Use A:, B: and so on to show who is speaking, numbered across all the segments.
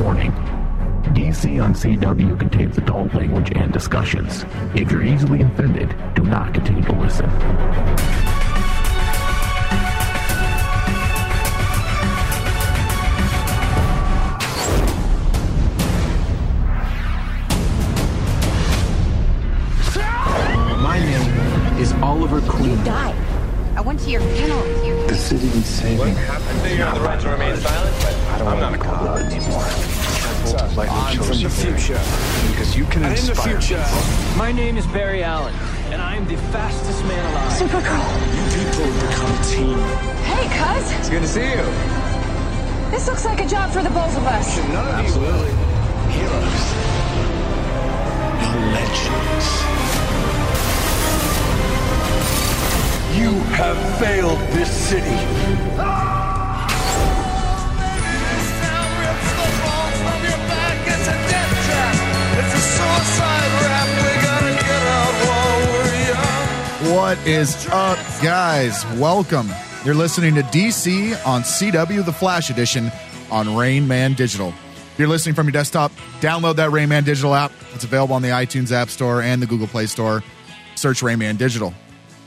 A: morning. DC on CW contains adult language and discussions. If you're easily offended, do not continue to listen.
B: My name is Oliver Queen.
C: died. I went to your funeral with you.
B: The city needs saving.
D: You have the right to remain silent, but I'm not a cop.
B: I'm from the future. Because you can
E: In the
B: inspire
E: future,
F: My name is Barry Allen, and I am the fastest man alive.
B: people become team.
G: Hey, cuz,
E: it's good to see you.
G: this looks like a job for the both of us.
E: None of Absolutely. you
B: Heroes. Legends. You have failed this city.
H: What is up, guys? Welcome. You're listening to DC on CW, the Flash Edition on Rain Man Digital. If you're listening from your desktop, download that Rain Man Digital app. It's available on the iTunes App Store and the Google Play Store. Search Rain Man Digital.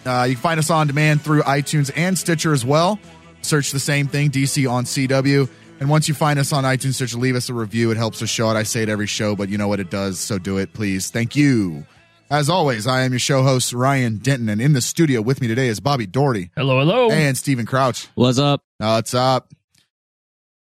H: Uh, you can find us on demand through iTunes and Stitcher as well. Search the same thing, DC on CW. And once you find us on iTunes, Stitcher, leave us a review. It helps us show it. I say it every show, but you know what it does, so do it, please. Thank you. As always, I am your show host, Ryan Denton, and in the studio with me today is Bobby Doherty
I: Hello, hello.
H: and Stephen Crouch.
J: What's up?
H: What's up?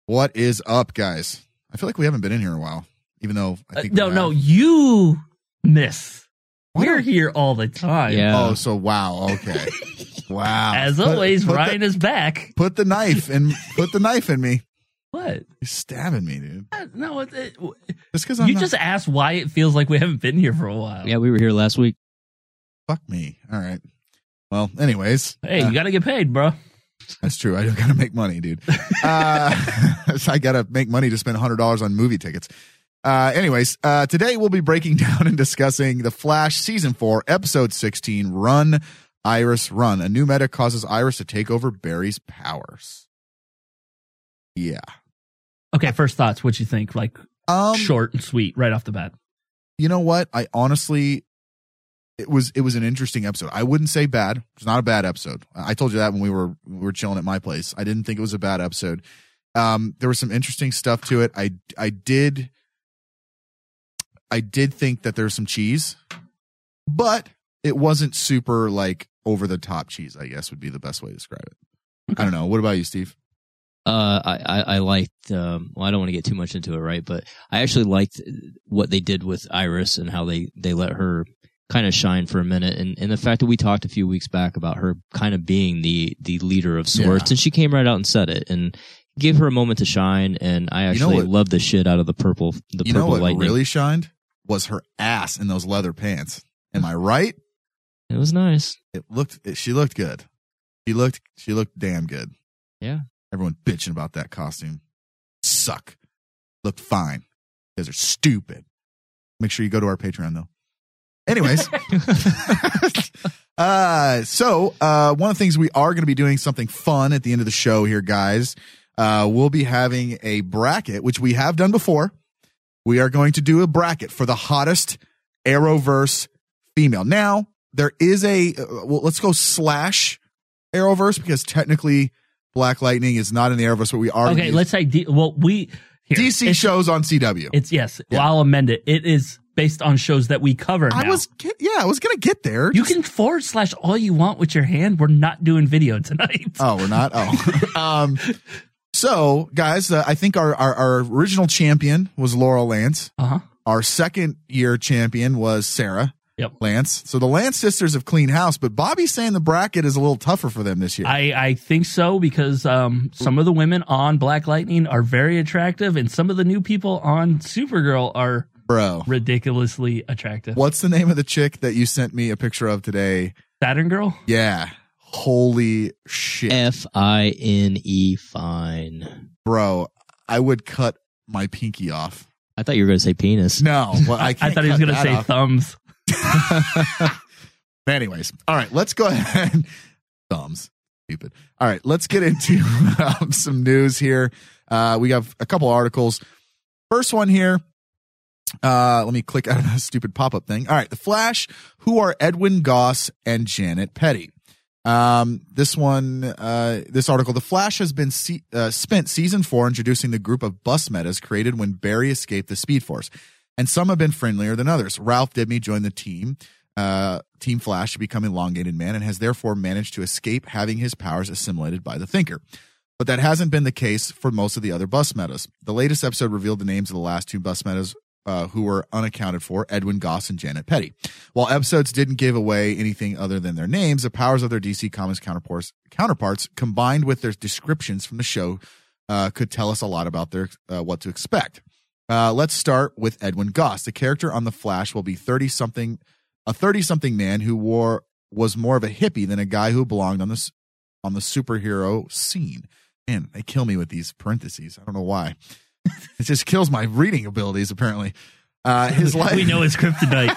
H: What is up, guys? I feel like we haven't been in here in a while, even though I
I: Uh,
H: think we
I: no,
H: have.
I: no, you miss. We're here all the time.
J: Yeah.
H: Oh, so wow. Okay. wow.
I: As
H: Put-
I: always,
H: put the-
I: Ryan is back.
H: put the knife and put the knife in me.
I: What?
H: He's stabbing me, dude.
I: Uh, No, it, it, w-
H: Just because I'm
I: you
H: not-
I: just asked why it feels like we haven't been here for a while.
J: yeah, we were here last week.
H: fuck me. All right. Well, anyways,
I: Hey,
H: Uh,
I: you got to get paid, bro.
H: that's true. I gotta make money, dude. Uh, so I gotta make money to spend hundred dollars on movie tickets. Uh, anyways, uh, today we'll be breaking down and discussing the Flash season four, episode sixteen, "Run, Iris, Run." A new meta causes Iris to take over Barry's powers. Yeah.
I: Okay, first thoughts. What you think? Like
H: Um,
I: short and sweet, right off the bat.
H: you know what? I honestly, it was it was an interesting episode. I wouldn't say bad. It's not a bad episode. I I told you that when we were we were chilling at my place. I didn't think it was a bad episode. Um, there was some interesting stuff to it. I I did I did think that there's some cheese, but it wasn't super like over the top cheese. I guess would be the best way to describe it. I don't know. What about you, Steve?
J: Uh, I, I, I liked, um, well, I don't want to get too much into it, right? But I actually liked what they did with Iris and how they, they let her kind of shine for a minute. And, and the fact that we talked a few weeks back about her kind of being the, the leader of sorts.
H: Yeah.
J: And she came right out and said it and gave her a moment to shine. And I
H: You know
J: actually
H: what-
J: loved the shit out of the purple, the
H: you know
J: purple
H: what
J: lightning.
H: really shined was her ass in those leather pants. Am I right?
J: It was nice.
H: it looked it, she looked good she looked she looked damn good
J: Yeah.
H: everyone bitching about that costume suck looked fine you guys are stupid make sure you go to our patreon though anyways uh so uh one of the things we are going to be doing something fun at the end of the show here guys uh we'll be having a bracket which we have done before we are going to do a bracket for the hottest Arrowverse female. Now, there is a, uh, well, let's go slash Arrowverse because technically Black Lightning is not in the Arrowverse, but we are.
I: Okay, let's say. D- well, we here,
H: DC
I: it's,
H: shows on CW.
I: It's yes.
H: Yeah.
I: Well, I'll amend it. It is based on shows that we cover.
H: I
I: now.
H: was, get- yeah, I was going to get there.
I: You can forward slash all you want with your hand. We're not doing video tonight.
H: Oh, we're not. Oh, um, so guys, uh, I think our, our, our original champion was Laurel Lance.
I: Uh huh.
H: Our second year champion was Sarah.
I: Yep.
H: Lance. So the Lance sisters have clean house, but Bobby's saying the bracket is a little tougher for them this year.
I: I, I think so because um, some of the women on Black Lightning are very attractive, and some of the new people on Supergirl are
H: Bro.
I: ridiculously attractive.
H: What's the name of the chick that you sent me a picture of today?
I: Saturn Girl?
H: Yeah. Holy shit.
J: F I N E fine.
H: Bro, I would cut my pinky off.
J: I thought you were going to say penis.
H: No, well, I,
I: I
H: can't
I: thought he was
H: cut
I: going
H: that
I: to say
H: off.
I: thumbs.
H: Anyways, all right, let's go ahead. Thumbs, stupid. All right, let's get into um, some news here. Uh, we have a couple articles. First one here. Uh, let me click out of that stupid pop up thing. All right. The Flash, who are Edwin Goss and Janet Petty. Um, this one, uh, this article, The Flash has been se- uh, spent season four introducing the group of bus metas created when Barry escaped the Speed Force, and some have been friendlier than others. Ralph Dibny joined the team, uh, Team Flash, to become elongated man, and has therefore managed to escape having his powers assimilated by the Thinker. But that hasn't been the case for most of the other bus metas. The latest episode revealed the names of the last two bus metas uh, who were unaccounted for Edwin Goss and Janet Petty. While episodes didn't give away anything other than their names, the powers of their DC Comics counterparts, counterparts combined with their descriptions from the show uh, could tell us a lot about their uh, what to expect. Uh, let's start with Edwin Goss. The character on The Flash will be 30 something, a 30 something man who wore was more of a hippie than a guy who belonged on this on the superhero scene. Man, they kill me with these parentheses. I don't know why. it just kills my reading abilities, apparently. Uh, his life.
I: we know it's kryptonite.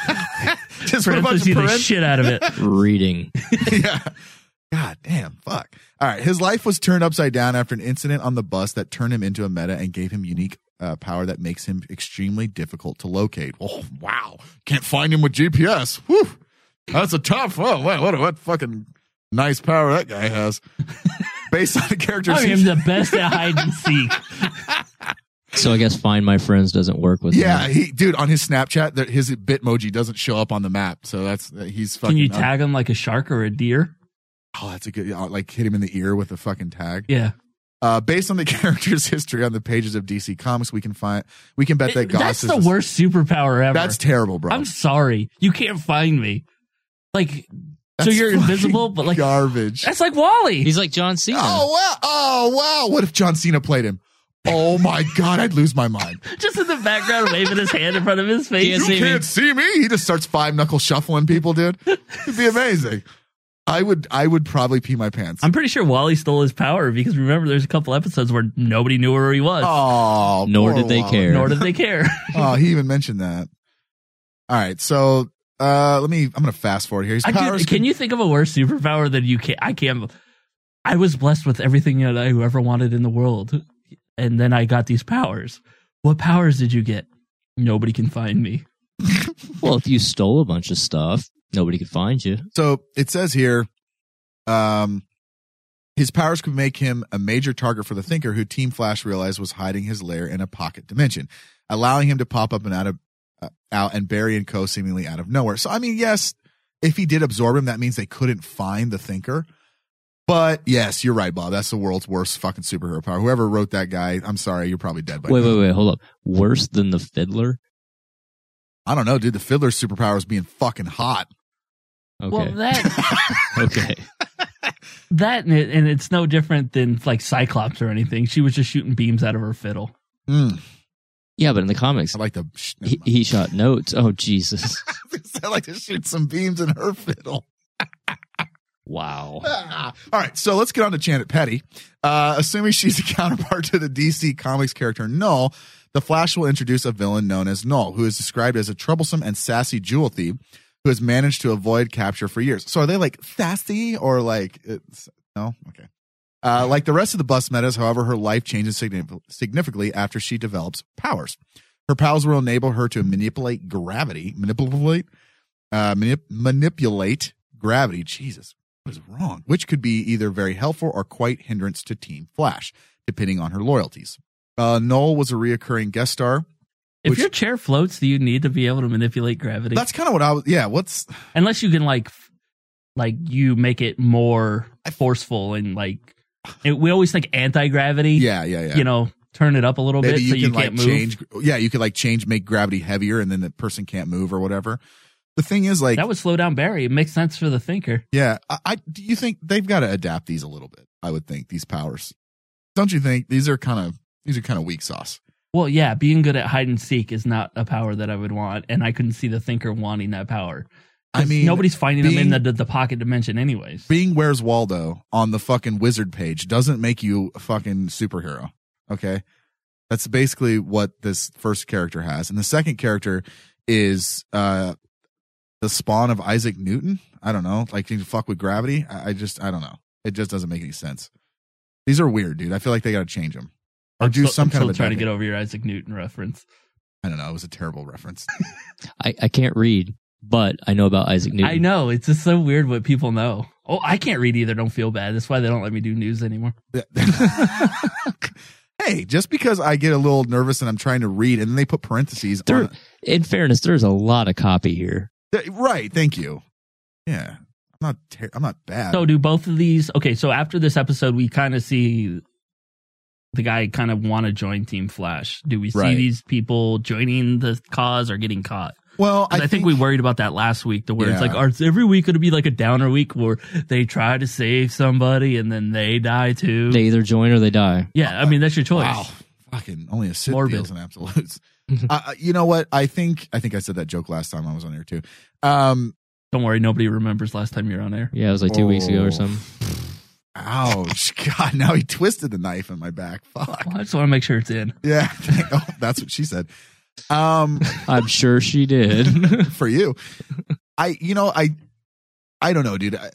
H: just put a bunch
I: Parentheses
H: of
I: the
H: paren-
I: shit out of it.
J: Reading.
H: yeah. God damn, fuck. All right. His life was turned upside down after an incident on the bus that turned him into a meta and gave him unique uh, power that makes him extremely difficult to locate. Oh, wow. Can't find him with GPS. Whew. That's a tough. Oh, what, what, what fucking nice power that guy has. Based on the character's.
I: I am the best at hide and seek.
J: So I guess find my friends doesn't work with
H: yeah,
J: that.
H: he, dude, on his Snapchat, there- his Bitmoji doesn't show up on the map. So that's, he's fucking. uh,
I: Can you tag him like a shark or a deer?
H: Oh, that's a good, like hit him in the ear with a fucking tag.
I: Yeah.
H: Uh, based on the character's history on the pages of DC Comics, we can find we can bet that
I: It-
H: Goss
I: that's
H: is
I: the worst superpower ever.
H: That's terrible, bro.
I: I'm sorry. You can't find me. Like, so
H: That's
I: you're
H: fucking
I: invisible, but like,
H: garbage.
I: that's like Wally.
J: He's like John Cena.
H: Oh wow! Oh wow! What if John Cena played him? Oh my god! I'd lose my mind.
I: just in the background, waving his hand in front of his face.
J: He has
H: You can't see me. He just starts five knuckle shuffling people, dude. It'd be amazing. I would. I would probably pee my pants.
I: I'm pretty sure Wally stole his power because remember, there's a couple episodes where nobody knew where he was,
H: oh,
J: Nor
H: poor
J: did they
H: Wally.
J: care.
I: nor did they care.
H: Oh, he even mentioned that. All right, so uh let me. I'm gonna fast forward here. His
I: I could-
H: powers
I: can you think of a worse superpower than you can? I can't. I was blessed with everything that I ever wanted in the world, and then I got these powers. What powers did you get? Nobody can find me.
J: Well, if you stole a bunch of stuff, nobody could find you.
H: So it says here, um, his powers could make him a major target for the Thinker, who Team Flash realized was hiding his lair in a pocket dimension, allowing him to pop up and out of uh, out and Barry and Co. seemingly out of nowhere. So I mean, yes, if he did absorb him, that means they couldn't find the Thinker. But yes, you're right, Bob. That's the world's worst fucking superhero power. Whoever wrote that guy, I'm sorry, you're probably dead by
J: Wait,
H: now.
J: wait, wait. Hold up. Worse than the fiddler?
H: I don't know, dude. The Fiddler's superpower is being fucking hot.
J: Okay.
I: Well, that
J: okay.
I: that and, it, and it's no different than like Cyclops or anything. She was just shooting beams out of her fiddle.
H: Mm,
J: Yeah, but in the comics,
H: I like the. Sh-
J: he, he shot notes. Oh, Jesus.
H: I like to shoot some beams in her fiddle.
J: Wow.
H: Ah. All right, so let's get on to Janet Petty. Uh, assuming she's a counterpart to the DC Comics character Null, the Flash will introduce a villain known as Null, who is described as a troublesome and sassy jewel thief who has managed to avoid capture for years. So are they like sassy or like it's, no? Okay. Uh, like the rest of the bus metas, however, her life changes signif- significantly after she develops powers. Her powers will enable her to manipulate gravity, manipulate, uh, manip- manipulate gravity. Jesus, what is wrong? Which could be either very helpful or quite hindrance to Team Flash, depending on her loyalties. Uh, Noel was a reoccurring guest star.
I: If
H: Which-
I: your chair floats, do you need to be able to manipulate gravity?
H: That's kind of what I was. Yeah, what's
I: Unless you can like, f- like you make it more forceful and like. It, we always think anti gravity.
H: yeah, yeah, yeah.
I: you know, turn it up a little bit so you, can't move.
H: change. Yeah, you could like change, make gravity heavier, and then the person can't move or whatever. The thing is, like,
I: That would slow down Barry. It makes sense for the thinker.
H: yeah, I, I do you think they've got to adapt these a little bit? I would think these powers. Don't you think these are kind of these are kind of weak sauce?
I: Well, yeah, being good at hide and seek is not a power that I would want, and I couldn't see the thinker wanting that power.
H: I mean,
I: nobody's finding him
H: being-
I: in the, the, the pocket dimension, anyways.
H: being Where's Waldo on the fucking wizard page doesn't make you a fucking superhero. Okay. That's basically what this first character has. And the second character is uh the spawn of Isaac Newton. I don't know. Like can you fuck with gravity? I, I just I don't know. It just doesn't make any sense. These are weird, dude. I feel like they gotta change them. or do
I: still-
H: some
I: I'm
H: kind
I: still
H: of a
I: trying to
H: dubbing.
I: get over your Isaac Newton reference.
H: I don't know. It was a terrible reference.
J: I, I can't read, but I know about Isaac Newton.
I: I know it's just so weird what people know. Oh, I can't read either. Don't feel bad. That's why they don't let me do news anymore.
H: hey, just because I get a little nervous and I'm trying to read, and then they put parentheses.
J: There,
H: on
J: in fairness, there's a lot of copy here.
H: it. Right. Thank you. Yeah. I'm not. Ter- I'm not bad.
I: So do both of these? Okay, so after this episode, we kind of see the guy kind of want to join Team Flash. Do we see
H: Right.
I: these people joining the cause or getting caught?
H: well,
I: 'Cause I, think, we worried about that last week. The where it's
H: Yeah.
I: like, are is every week going to be like a downer week where they try to save somebody and then they die too?
J: They either join or they die.
I: yeah, I mean that's your choice.
H: Wow. Fucking only a Sith
I: Morbid.
H: deals in absolutes.
I: Mm-hmm.
H: uh, uh, you know what? I think I think I said that joke last time I was on here too. Um,
I: Don't worry, nobody remembers last time you were on air.
J: Yeah, it was like two weeks ago
H: Oh.
J: or something.
H: ouch! God, now he twisted the knife in my back. Fuck.
I: Well, I just want to make sure it's in.
H: Yeah, oh, that's what she said. Um,
J: I'm sure she did.
H: for you, I you know I I don't know, dude. I,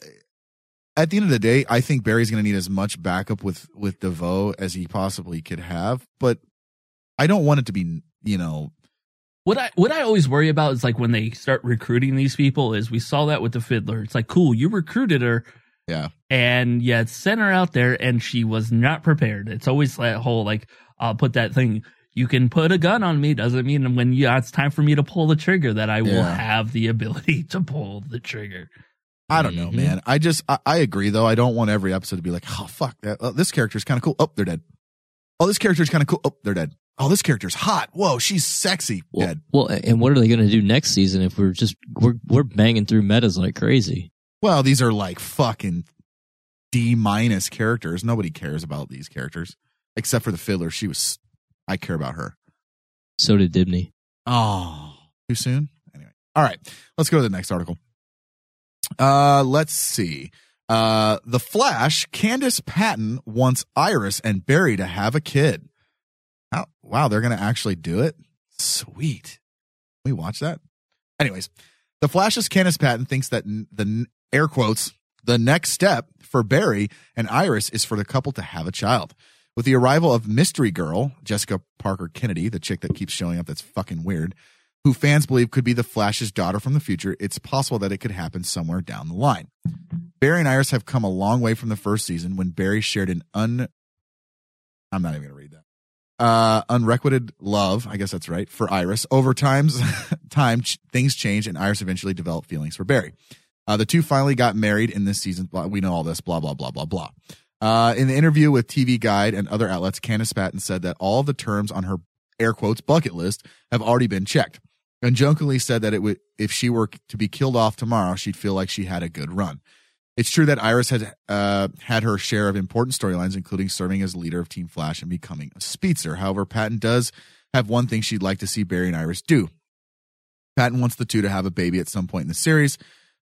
H: at the end of the day, I think Barry's going to need as much backup with with DeVoe as he possibly could have, but I don't want it to be you know
I: What I what I always worry about is like when they start recruiting these people is we saw that with the fiddler. It's like cool, you recruited her.
H: Yeah.
I: And yeah, it sent her out there and she was not prepared. It's always that whole like I'll put that thing you can put a gun on me doesn't mean when you, it's time for me to pull the trigger that I will
H: Yeah.
I: have the ability to pull the trigger.
H: I don't know,
J: Mhm.
H: man. I just I, I agree though. I don't want every episode to be like, oh fuck, that, oh, this character's kind of cool. Oh, they're dead. Oh, this character's kind of cool. Oh, they're dead. Oh, this character's hot. Whoa, she's sexy.
J: Well,
H: Dead.
J: well, and what are they going to do next season if we're just we're we're banging through metas like crazy?
H: Well, these are like fucking D minus characters. Nobody cares about these characters except for the fiddler. She was. I care about her.
J: So did Dibney.
H: Oh, too soon. Anyway, all right. Let's go to the next article. Uh, let's see. Uh, the Flash. Candace Patton wants Iris and Barry to have a kid. Oh, wow, they're gonna actually do it. Sweet. Can we watch that. Anyways, the Flash's Candace Patton thinks that n- the n- air quotes the next step for Barry and Iris is for the couple to have a child. With the arrival of Mystery Girl, Jessica Parker Kennedy, the chick that keeps showing up that's fucking weird, who fans believe could be the Flash's daughter from the future, it's possible that it could happen somewhere down the line. Barry and Iris have come a long way from the first season when Barry shared an un I'm not even going to read that. Uh, unrequited love, I guess that's right, for Iris. Over time's time, ch- things change, and Iris eventually developed feelings for Barry. Uh, the two finally got married in this season. Blah, we know all this, blah, blah, blah, blah, blah. Uh, in the interview with TV Guide and other outlets, Candace Patton said that all the terms on her air quotes bucket list have already been checked, and jokingly said that it would if she were to be killed off tomorrow, she'd feel like she had a good run. It's true that Iris had uh, had her share of important storylines, including serving as leader of Team Flash and becoming a speedster. However, Patton does have one thing she'd like to see Barry and Iris do. Patton wants the two to have a baby at some point in the series,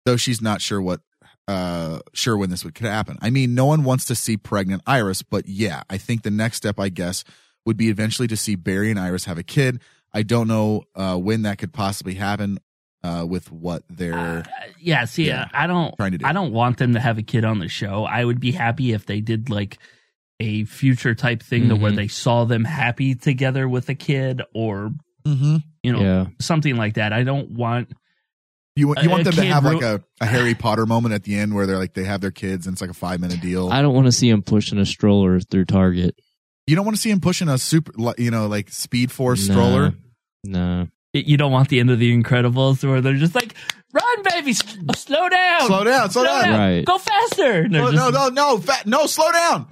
H: though she's not sure what uh sure when this would could happen. I mean, no one wants to see pregnant Iris, but yeah, I think the next step, I guess, would be eventually to see Barry and Iris have a kid. I don't know uh when that could possibly happen uh with what they're
I: Uh, yeah, see,
H: Yeah.
I: I don't,
H: Trying to do.
I: I don't want them to have a kid on the show. I would be happy if they did like a future type thing to
H: Mm-hmm.
I: where
J: Mhm.
I: they saw them happy together with a kid or
H: Mm-hmm.
I: you know
J: yeah,
I: something like that. I don't want.
H: You,
I: A-
H: you want
I: a
H: them to
I: kid
H: have
I: ru-
H: like a, a Harry Potter moment at the end where they're like they have their kids and it's like a five minute deal.
J: I don't want to see him pushing a stroller through Target.
H: you don't want to see him pushing a super li- you know like Speed Force stroller.
J: No,
I: You don't want the end of the Incredibles where they're just like, "Run, baby, s- slow down,
H: Slow down, slow down.
J: Right.
I: go faster." And they're
H: No,
I: just-
H: no, no, no, fat, no, slow down,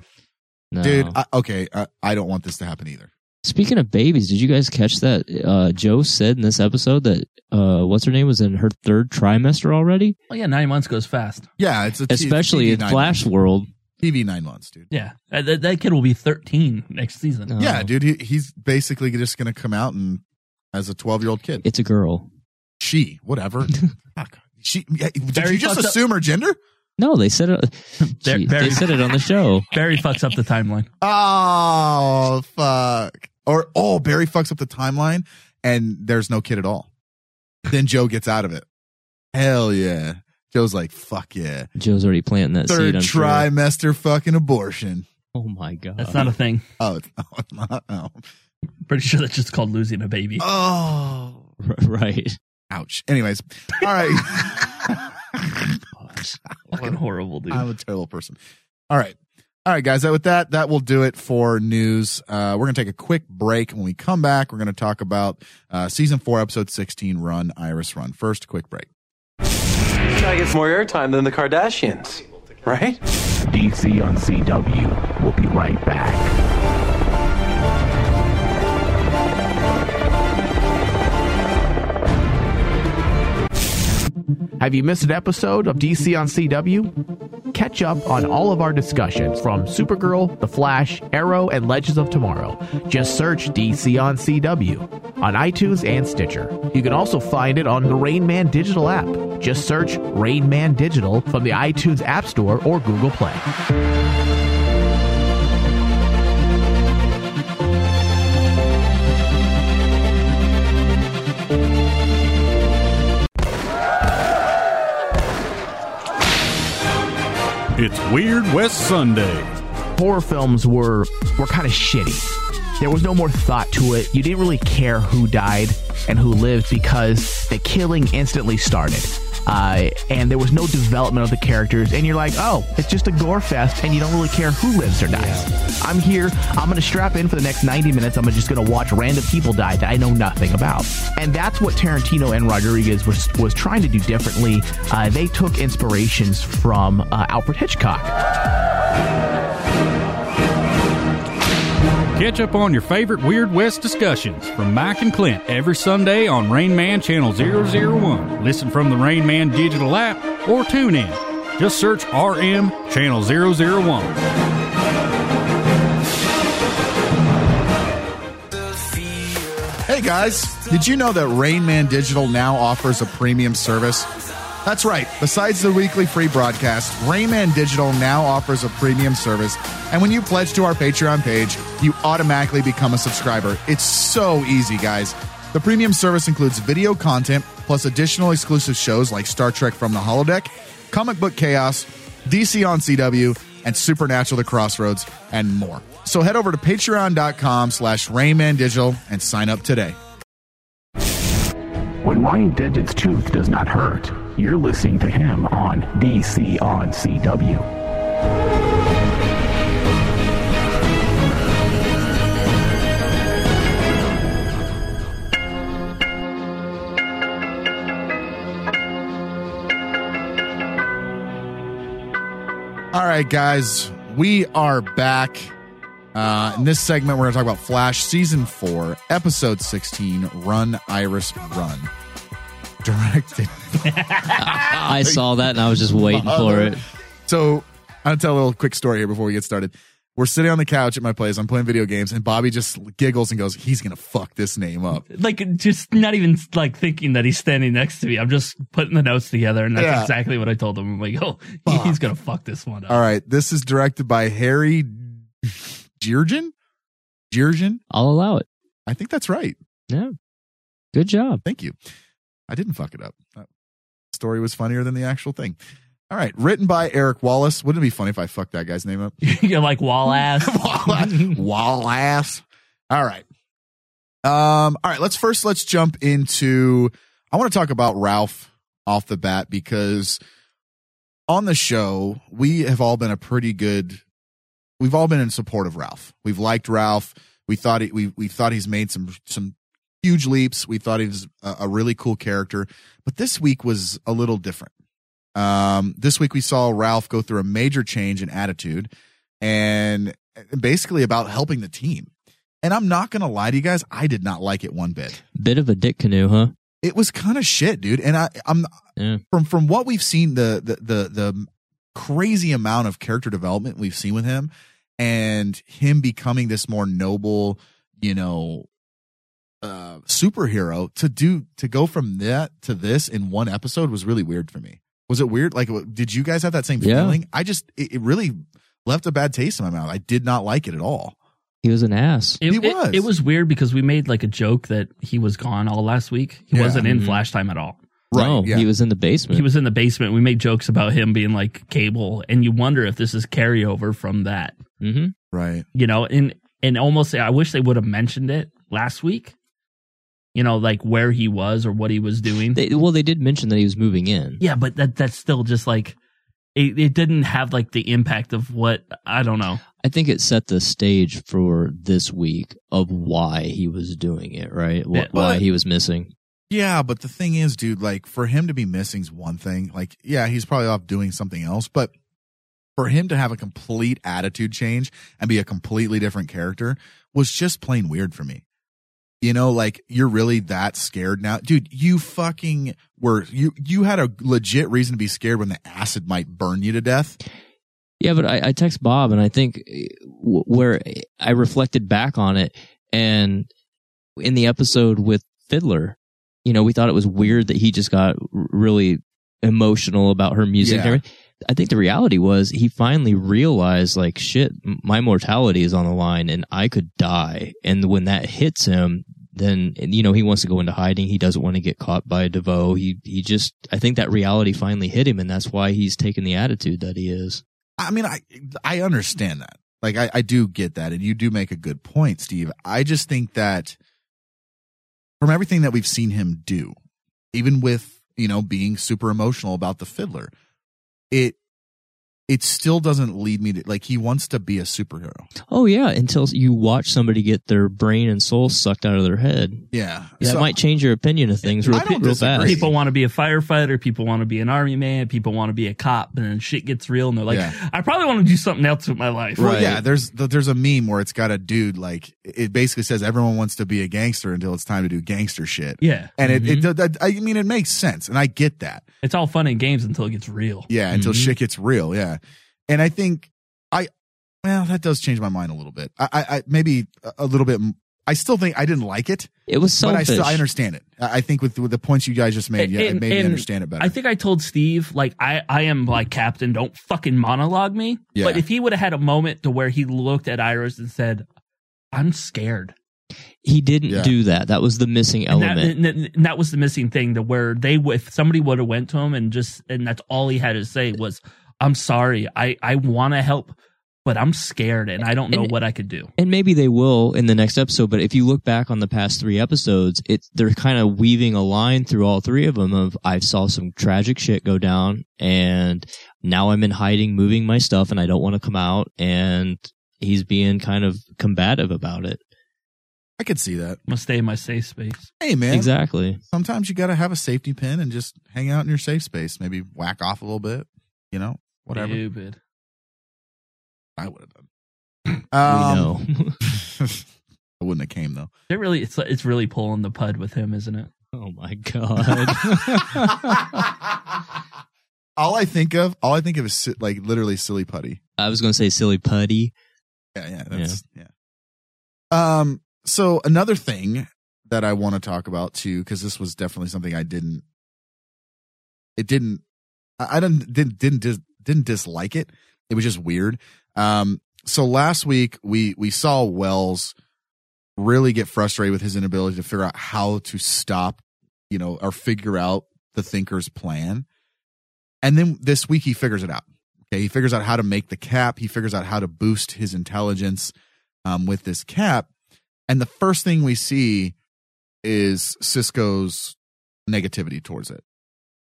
J: no.
H: dude. I, okay, I, I don't want this to happen either.
J: Speaking of babies, did you guys catch that? Uh, Joe said in this episode that uh, what's her name was in her third trimester already.
I: Oh yeah, nine months goes fast.
H: Yeah, it's a t-
J: Especially
H: TV
J: in
H: nine
J: Flash World.
H: TV nine months, dude.
I: Yeah, Uh, that, that kid will be thirteen next season.
J: No.
H: Yeah, dude, he, he's basically just gonna come out and as a twelve year old kid.
J: It's a girl.
H: she, whatever. Fuck. She, yeah, did
I: Very
H: you just
I: fucked up.
H: assume her gender?
J: No, they said it.
I: Very-
J: Jeez,
I: very-
J: they said it on the show.
I: Barry fucks up the timeline.
H: Oh fuck! Or oh, Barry fucks up the timeline, and there's no kid at all. Then Joe gets out of it. Hell yeah! Joe's like, fuck yeah!
J: Joe's already planting that
H: Third
J: seed. I'm sure.
H: trimester fucking abortion.
J: Oh my god.
I: That's not a thing.
H: Oh, it's, no, it's not. Oh.
I: Pretty sure that's just called losing a baby.
H: oh,
J: right.
H: ouch. Anyways, all right.
I: Fucking horrible, dude.
H: I'm a terrible person. All right. All right, guys. That With that, that will do it for news. Uh, we're going to take a quick break. When we come back, we're going to talk about uh, season four, episode 16, Run, Iris Run. First, quick break.
D: Guy gets more airtime than the Kardashians, right?
A: DC on CW. We'll be right back. Have you missed an episode of DC on CW? Catch up on all of our discussions from Supergirl, The Flash, Arrow, and Legends of Tomorrow. Just search DC on CW on iTunes and Stitcher. You can also find it on the Rain Man Digital app. Just search Rain Man Digital from the iTunes App Store or Google Play.
E: It's Weird West Sunday.
A: horror films were were kind of shitty. There was no more thought to it. You didn't really care who died and who lived because the killing instantly started. Uh, and there was no development of the characters, and you're like, oh, it's just a gore fest, and you don't really care who lives or dies. I'm here, I'm gonna strap in for the next 90 minutes, I'm just gonna watch random people die that I know nothing about. And that's what Tarantino and Rodriguez was, was trying to do differently. Uh, they took inspirations from uh, Alfred Hitchcock.
E: Catch up on your favorite Weird West discussions from Mike and Clint every Sunday on Rain Man Channel 001. Listen from the Rain Man digital app or tune in. Just search RM Channel 001.
H: Hey, guys. Did you know that Rain Man Digital now offers a premium service? That's right. Besides the weekly free broadcast, Rain Man Digital now offers a premium service. And when you pledge to our Patreon page, you automatically become a subscriber. It's so easy, guys. The premium service includes video content, plus additional exclusive shows like Star Trek from the Holodeck, Comic Book Chaos, DC on CW, and Supernatural The Crossroads, and more. So head over to patreon.com slash Rayman Digital and sign up today.
A: When Ryan Dent's tooth does not hurt, you're listening to him on DC on CW.
H: All right, guys, we are back. Uh, in this segment, we're going to talk about Flash Season 4, Episode 16, Run, Iris, Run. Directed.
J: I saw that and I was just waiting for
H: Uh-huh.
J: it.
H: So I'll tell a little quick story here before we get started. We're sitting on the couch at my place. I'm playing video games, and Bobby just giggles and goes, He's going to fuck this name up.
I: like just not even like thinking that he's standing next to me. I'm just putting the notes together, and that's
H: Yeah. Uh,
I: exactly what I told him. I'm like, oh, he's gonna fuck this one up.
H: All right. This is directed by Harry Jirgen. Jirgen?
J: I'll allow it.
H: I think that's right.
J: Yeah. Good job.
H: Thank you. I didn't fuck it up. That story was funnier than the actual thing. All right. Written by Eric Wallace. Wouldn't it be funny if I fucked that guy's name up?
I: You're like wall ass.
H: Wallace. Wallace. All right. Um, all right, let's first let's jump into I want to talk about Ralph off the bat because on the show, we have all been a pretty good we've all been in support of Ralph. We've liked Ralph. We thought he, we we thought he's made some some huge leaps. We thought he was a, a really cool character, but this week was a little different. Um, this week we saw Ralph go through a major change in attitude and basically about helping the team. And I'm not going to lie to you guys, I did not like it one bit.
J: Bit of a dick canoe, huh?
H: It was kind of shit, dude. And I I'm
J: Yeah.
H: from from what we've seen the the the the crazy amount of character development we've seen with him and him becoming this more noble, you know, uh superhero to do to go from that to this in one episode was really weird for me. Was it weird? Like w- did you guys have that same
J: Yeah.
H: feeling? I just it, it really left a bad taste in my mouth. I did not like it at all.
J: He was an ass.
I: It,
H: He
I: it-
H: was.
I: It, was weird because we made like a joke that he was gone all last week. He
H: Yeah.
I: wasn't in
J: Mhm.
I: Flash Time at all.
J: no,
H: yeah.
J: he was in the basement.
I: He was in the basement. We made jokes about him being like cable, and you wonder if this is carryover from that.
J: Mm-hmm.
H: Right.
I: you know and and almost i wish they would have mentioned it last week you know like where he was or what he was doing
J: They, well, they did mention that he was moving in.
I: yeah but that that's still just like it, it didn't have like the impact of what i don't know
J: I think it set the stage for this week of why he was doing it, right? Wh-
I: Yeah,
J: why
H: but-
J: he was missing.
H: Yeah, but the thing is, dude, like for him to be missing's one thing. Like, yeah, he's probably off doing something else, but for him to have a complete attitude change and be a completely different character was just plain weird for me. You know, like you're really that scared now. Dude, you fucking were you you had a legit reason to be scared when the acid might burn you to death.
J: Yeah, but I, I text Bob and I think eh, wh- where eh, I reflected back on it and in the episode with Fiddler, you know, we thought it was weird that he just got r- really emotional about her music. and
H: Yeah.
J: everything. I think the reality was he finally realized like shit, m- my mortality is on the line and I could die. And when that hits him, then you know he wants to go into hiding. He doesn't want to get caught by DeVoe. He he just I think that reality finally hit him, and that's why he's taken the attitude that he is.
H: I mean, I I understand that. Like I, I do get that, and you do make a good point, Steve. I just think that from everything that we've seen him do, even with, you know, being super emotional about the fiddler, it it still doesn't lead me to like he wants to be a superhero.
J: Oh yeah, until you watch somebody get their brain and soul sucked out of their head.
H: Yeah.
J: That
H: So-
J: might change your opinion of things real,
H: I don't
J: real
H: disagree.
J: fast.
I: people want to be a firefighter people want to be an army man people want to be a cop and then shit gets real and they're like
H: Yeah.
I: i probably want to do something else with my life
H: Well,
J: Right.
H: yeah, there's th- there's a meme where it's got a dude like it basically says everyone wants to be a gangster until it's time to do gangster shit.
I: yeah
H: And it, it, that- I mean, it makes sense, and I get that.
I: it's all fun and games until it gets real
H: Yeah, until shit gets real. Yeah, and I think I well that does change my mind a little bit. I I, I maybe a- a little bit. m- I still think I didn't like it,
J: It was
H: but I
J: selfish.
H: still I understand it. I I think with, with the points you guys just made, yeah, it
I: And-
H: made me
I: and
H: understand it better.
I: I think I told Steve, like, I, I am like captain, don't fucking monologue me.
H: Yeah.
I: But if he would have had a moment to where he looked at Iris and said, I'm scared.
J: he didn't
H: Yeah.
J: do that. That was the missing
I: And that,
J: element.
I: and- and that was the missing thing to where they, w- if somebody would have went to him and just, and that's all he had to say was, I'm sorry. I, I want to help, but I'm scared and I don't know
J: And-
I: what I could do.
J: and maybe they will in the next episode. But if you look back on the past three episodes, it they're kind of weaving a line through all three of them. Of I saw some tragic shit go down, and now I'm in hiding, moving my stuff, and I don't want to come out. And he's being kind of combative about it.
H: I could see that.
I: I'm going to stay in my safe space.
H: Hey man,
J: Exactly.
H: sometimes you got to have a safety pin and just hang out in your safe space. Maybe whack off a little bit. You know, whatever
I: Stupid.
H: I would have done.
J: we
H: Um,
J: know.
H: I wouldn't have came though.
I: It really, it's, it's really pulling the pud with him, isn't it?
J: Oh my god.
H: all I think of, all I think of is si- like literally silly putty.
J: I was going to say silly putty.
H: Yeah, yeah, that's yeah. Um, so another thing that I want to talk about too, because this was definitely something I didn't. It didn't. I, I didn't didn't didn't dis, didn't dislike it. It was just weird. Um, so last week we we saw Wells really get frustrated with his inability to figure out how to stop, you know, or figure out the thinker's plan. And then this week he figures it out. Okay, he figures out how to make the cap. He figures out how to boost his intelligence um, with this cap. And the first thing we see is Cisco's negativity towards it.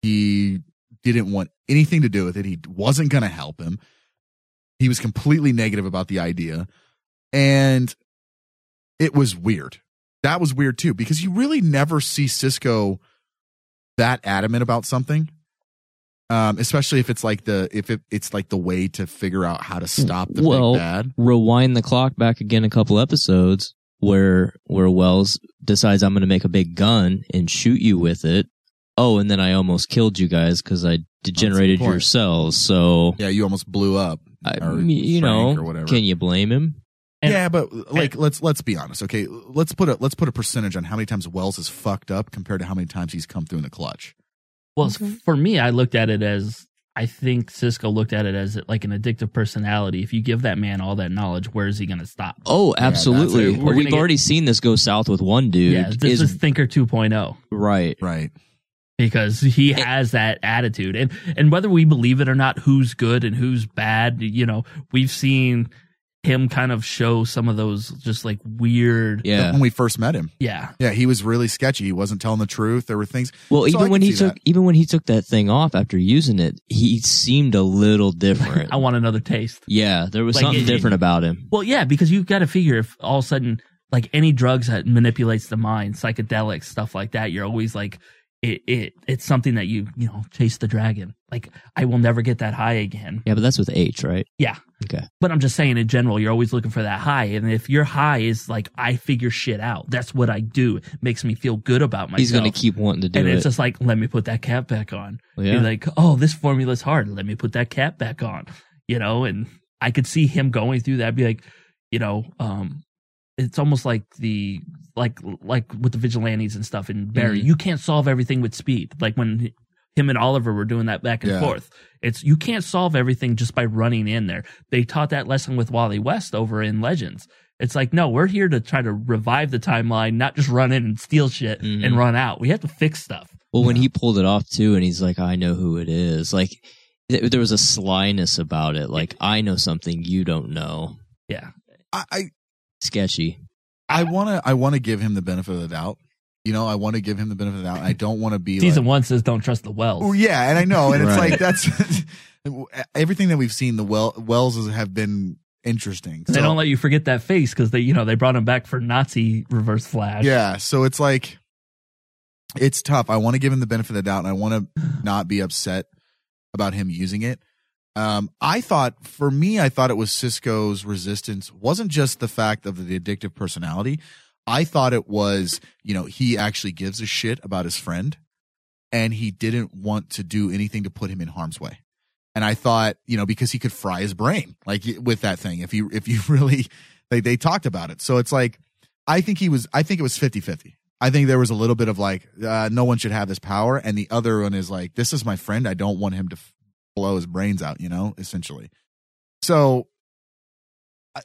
H: He didn't want anything to do with it. He wasn't going to help him. He was completely negative about the idea. And it was weird. That was weird too, because you really never see Cisco that adamant about something um, especially if it's like the if it, it's like the way to figure out how to stop the
J: well,
H: big bad.
J: rewind the clock back again a couple episodes where where Wells decides I'm going to make a big gun and shoot you with it. Oh, and then I almost killed you guys because I degenerated
H: point.
J: yourselves. So,
H: Yeah, you almost blew up.
J: I,
H: or
J: you
H: Frank or
J: know,
H: whatever.
J: can you blame him?
I: And-
H: yeah, but like let's let's be honest, okay? Let's put a let's put a percentage on how many times Wells is fucked up compared to how many times he's come through in the clutch.
I: Well, s- for me, I looked at it as I think Cisco looked at it as like an addictive personality. If you give that man all that knowledge, where is he going to stop?
J: Oh, absolutely.
I: it. We're gonna
J: We've
I: get-
J: already seen this go south with one dude.
I: yeah, this
J: is,
I: is Thinker oh. 2.0
J: right.
H: Right.
I: because he has that attitude, and and whether we believe it or not, who's good and who's bad, you know, we've seen him kind of show some of those just like weird.
H: when we first met him.
I: Yeah.
H: Yeah, he was really sketchy. He wasn't telling the truth. There were things.
J: Well,
H: so I
J: even
H: can
J: when he
H: see
J: took
H: that.
J: even when he took that thing off after using it, he seemed a little different.
I: I want another taste.
J: yeah, there was
I: Like,
J: something
I: it-
J: different about him.
I: Well, yeah, because you've got to figure if all of a sudden, like any drugs that manipulates the mind, psychedelics, stuff like that, you're always like, it, it, it's something that you, you know, chase the dragon. Like, I will never get that high again.
J: Yeah, but that's with H, right?
I: Yeah.
J: Okay.
I: But I'm just saying, in general, you're always looking for that high. And if your high is like, I figure shit out, that's what I do. It makes me feel good about myself.
J: He's going to keep wanting to do
I: and
J: it.
I: it's just like, let me put that cap back on.
J: Yeah.
I: You're like, oh, this formula's hard. Let me put that cap back on. You know, and I could see him going through that. Be like, you know, um, it's almost like the like like with the vigilantes and stuff in Barry.
J: Mhm.
I: You can't solve everything with speed. Like when h- him and Oliver were doing that back and
H: Yeah.
I: forth. It's you can't solve everything just by running in there. They taught that lesson with Wally West over in Legends. It's like, no, we're here to try to revive the timeline, not just run in and steal shit and
H: Mm-hmm.
J: Mhm.
I: run out. We have to fix stuff.
J: well, when he pulled it off too, and he's like, "I know who it is." Like th- there was a slyness about it. Like I know something you don't know.
I: Yeah.
H: I, I
J: Sketchy.
H: I want to I want to give him the benefit of the doubt. You know, I want to give him the benefit of the doubt. I don't want to be
I: Season
H: like,
I: one says don't trust the Wells.
H: Oh, yeah, and I know, and it's
J: Right.
H: like that's everything that we've seen. The well, Wells have been interesting.
I: They
H: So-
I: don't let you forget that face because they, you know, they brought him back for Nazi Reverse Flash.
H: Yeah, so it's like it's tough. I want to give him the benefit of the doubt, and I want to not be upset about him using it. Um, I thought, for me, I thought it was Cisco's resistance wasn't just the fact of the addictive personality. I thought it was, you know, he actually gives a shit about his friend, and he didn't want to do anything to put him in harm's way. And I thought, you know, because he could fry his brain like with that thing. If you if you really, they they talked about it. So it's like I think he was I think it was 50-50. I think there was a little bit of like uh, no one should have this power and the other one is like this is my friend I don't want him to f- blow his brains out, you know, essentially. So I,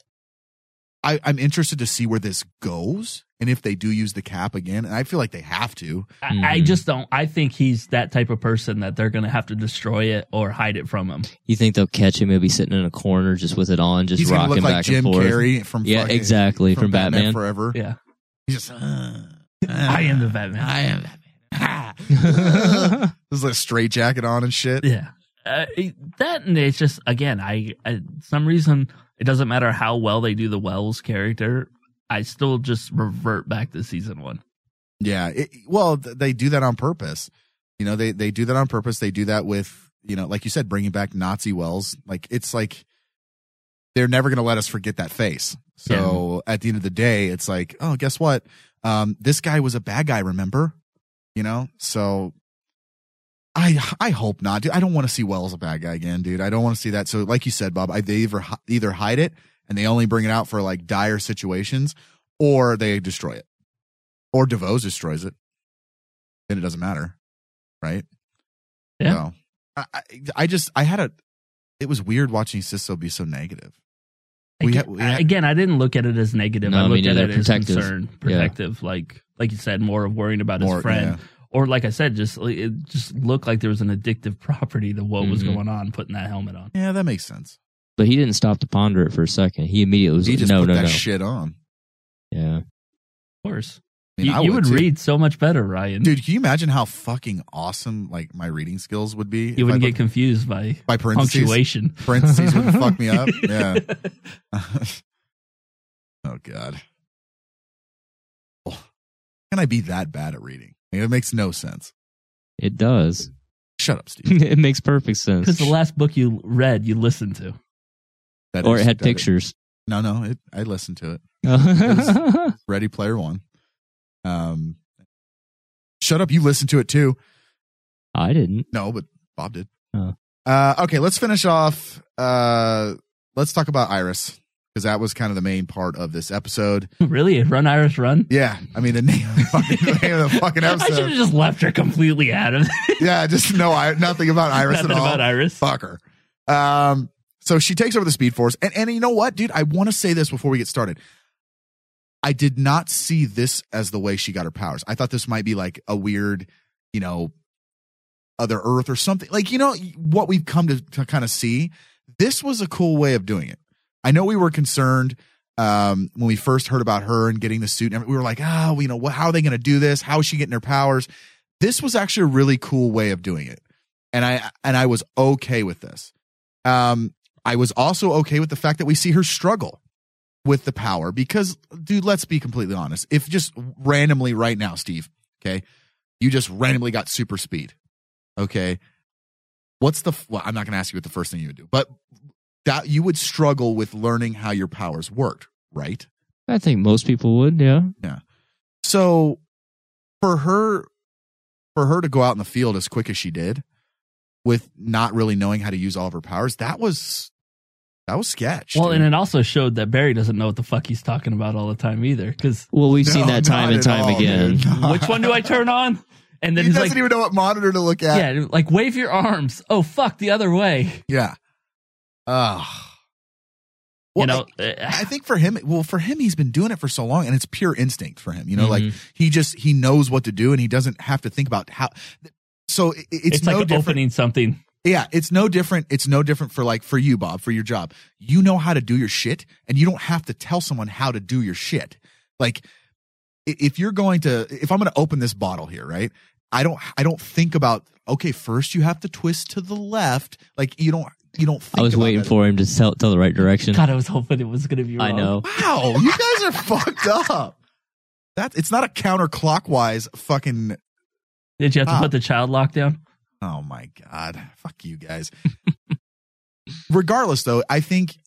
H: I I'm interested to see where this goes and if they do use the cap again and I feel like they have to.
I: I, I
H: Mm-hmm.
J: Mhm.
I: just don't. I think he's that type of person that they're going to have to destroy it or hide it from him.
J: You think they'll catch him? He'll be sitting in a corner just with it on, just
H: He's going to
J: rocking
H: look like
J: back
H: Jim
J: and forth.
H: Carrey from
J: Yeah,
H: fucking-
J: exactly, from Batman.
H: forever.
I: Yeah.
H: He's just uh,
I: I am the Batman.
H: I am Batman. This is like a straight jacket on and shit.
I: Yeah. Uh, it- that and it's just again, I, I some reason it doesn't matter how well they do the Wells character, I still just revert back to season one.
H: Yeah. It, well, th- they do that on purpose. You know, they they do that on purpose. They do that with you know, like you said, bringing back Nazi Wells. Like it's like they're never going to let us forget that face. So at the end of the day, it's like, oh, guess what? Um, this guy was a bad guy. Remember? You know. So I I hope not, dude. I don't want to see Wells a bad guy again, dude. I don't want to see that. So like you said, Bob, I, they either hi- either hide it and they only bring it out for like dire situations, or they destroy it or DeVos destroys it, then it doesn't matter, right?
I: Yeah.
H: So, I, I, I just I had a it was weird watching Sisso be so negative. We
I: Again,
H: ha- we ha-
I: again, I didn't look at it as negative.
J: No,
I: I
J: me
I: looked at it
J: neither.
I: as
J: Protective.
I: concern,
J: Yeah.
I: protective. Like like you said, more of worrying about
H: More-
I: his friend,
H: yeah.
I: or like I said, just like, it just looked like there was an addictive property to what was
J: Mhm.
I: going on putting that helmet on.
H: Yeah, that makes sense.
J: But he didn't stop to ponder it for a second. He immediately was
H: He
J: like,
H: just
J: "No,
H: put
J: no,
H: that
J: no."
H: shit on.
J: yeah,
I: Of course,
H: I mean,
I: you,
H: I
I: you would
H: too.
I: read so much better, Ryan.
H: dude. Can you imagine how fucking awesome like my reading skills would be?
I: you
H: if I
I: wouldn't get
H: looked-
I: confused by
H: by parentheses.
I: punctuation.
H: Parentheses would fuck me up. Yeah. oh god. Oh, can I be that bad at reading? I mean, it makes no sense.
J: it does.
H: Shut up, Steve.
J: it makes perfect sense.
I: Because the last book you read, you listened to.
H: That
J: or
H: is-
J: it had
H: that is-
J: pictures.
H: No, no, it, I listened to it.
J: oh,
H: Ready Player One. Um, shut up! You listened to it too.
J: I didn't.
H: No, but Bob did.
J: Oh.
H: Uh, okay, let's finish off. Uh, let's talk about Iris because that was kind of the main part of this episode.
I: really, Run Iris Run.
H: Yeah, I mean the name, the name of the fucking
I: I should have
H: episode.
I: just left her completely out of it.
H: yeah, just no, I nothing about Iris
I: Nothing
H: at all.
I: about Iris.
H: Fucker. Um, so she takes over the Speed Force, and and you know what, dude? I want to say this before we get started. I did not see this as the way she got her powers. I thought this might be like a weird, you know, other Earth or something. Like you know what we've come to, to kind of see. This was a cool way of doing it. I know we were concerned um, when we first heard about her and getting the suit. And we were like, oh, you know, what, how are they going to do this? How is she getting her powers? This was actually a really cool way of doing it, and I and I was okay with this. Um, I was also okay with the fact that we see her struggle with the power because, dude, let's be completely honest. If just randomly right now, Steve, okay, you just randomly got super speed, okay. What's the? f- Well, I'm not going to ask you what the first thing you would do, but that you would struggle with learning how your powers worked, right?
J: I think most people would, yeah.
H: Yeah. So for her for her to go out in the field as quick as she did with not really knowing how to use all of her powers, that was that was sketch.
I: Well, and it also showed that Barry doesn't know what the fuck he's talking about all the time either. Because
J: well, we've seen that time and time again.
I: which one do I turn on? And
H: Mm-hmm. he
I: then he's
H: doesn't
I: like,
H: even know what monitor to look at.
I: yeah, like wave your arms. Oh fuck, the other way.
H: Yeah. Ugh. Well,
I: You know,
H: I,
I: eh,
H: I think for him, well, for him, he's been doing it for so long, and it's pure instinct for him. You know, like
J: Mhm.
I: Mm-hmm.
H: he just he knows what to do, and he doesn't have to think about how. So it, it's,
I: it's,
H: no
I: like
H: different.
I: opening something.
H: Yeah, it's no different. It's no different for like for you, Bob, for your job. You know how to do your shit, and you don't have to tell someone how to do your shit. Like, i- if you're going to, if I'm going to open this bottle here, right? I don't, I don't think about. Okay, first you have to twist to the left. Like you don't, you don't. Think
J: I was
H: about
J: waiting
H: that.
J: for him to tell, tell the right direction.
I: God, I was hoping it was gonna be. Wrong.
J: I know.
H: Wow, you guys are fucked up. That it's not a counterclockwise fucking.
I: Did you have to
H: Ah.
I: put the child lock down?
H: Oh my god, fuck you guys. Regardless, though, I think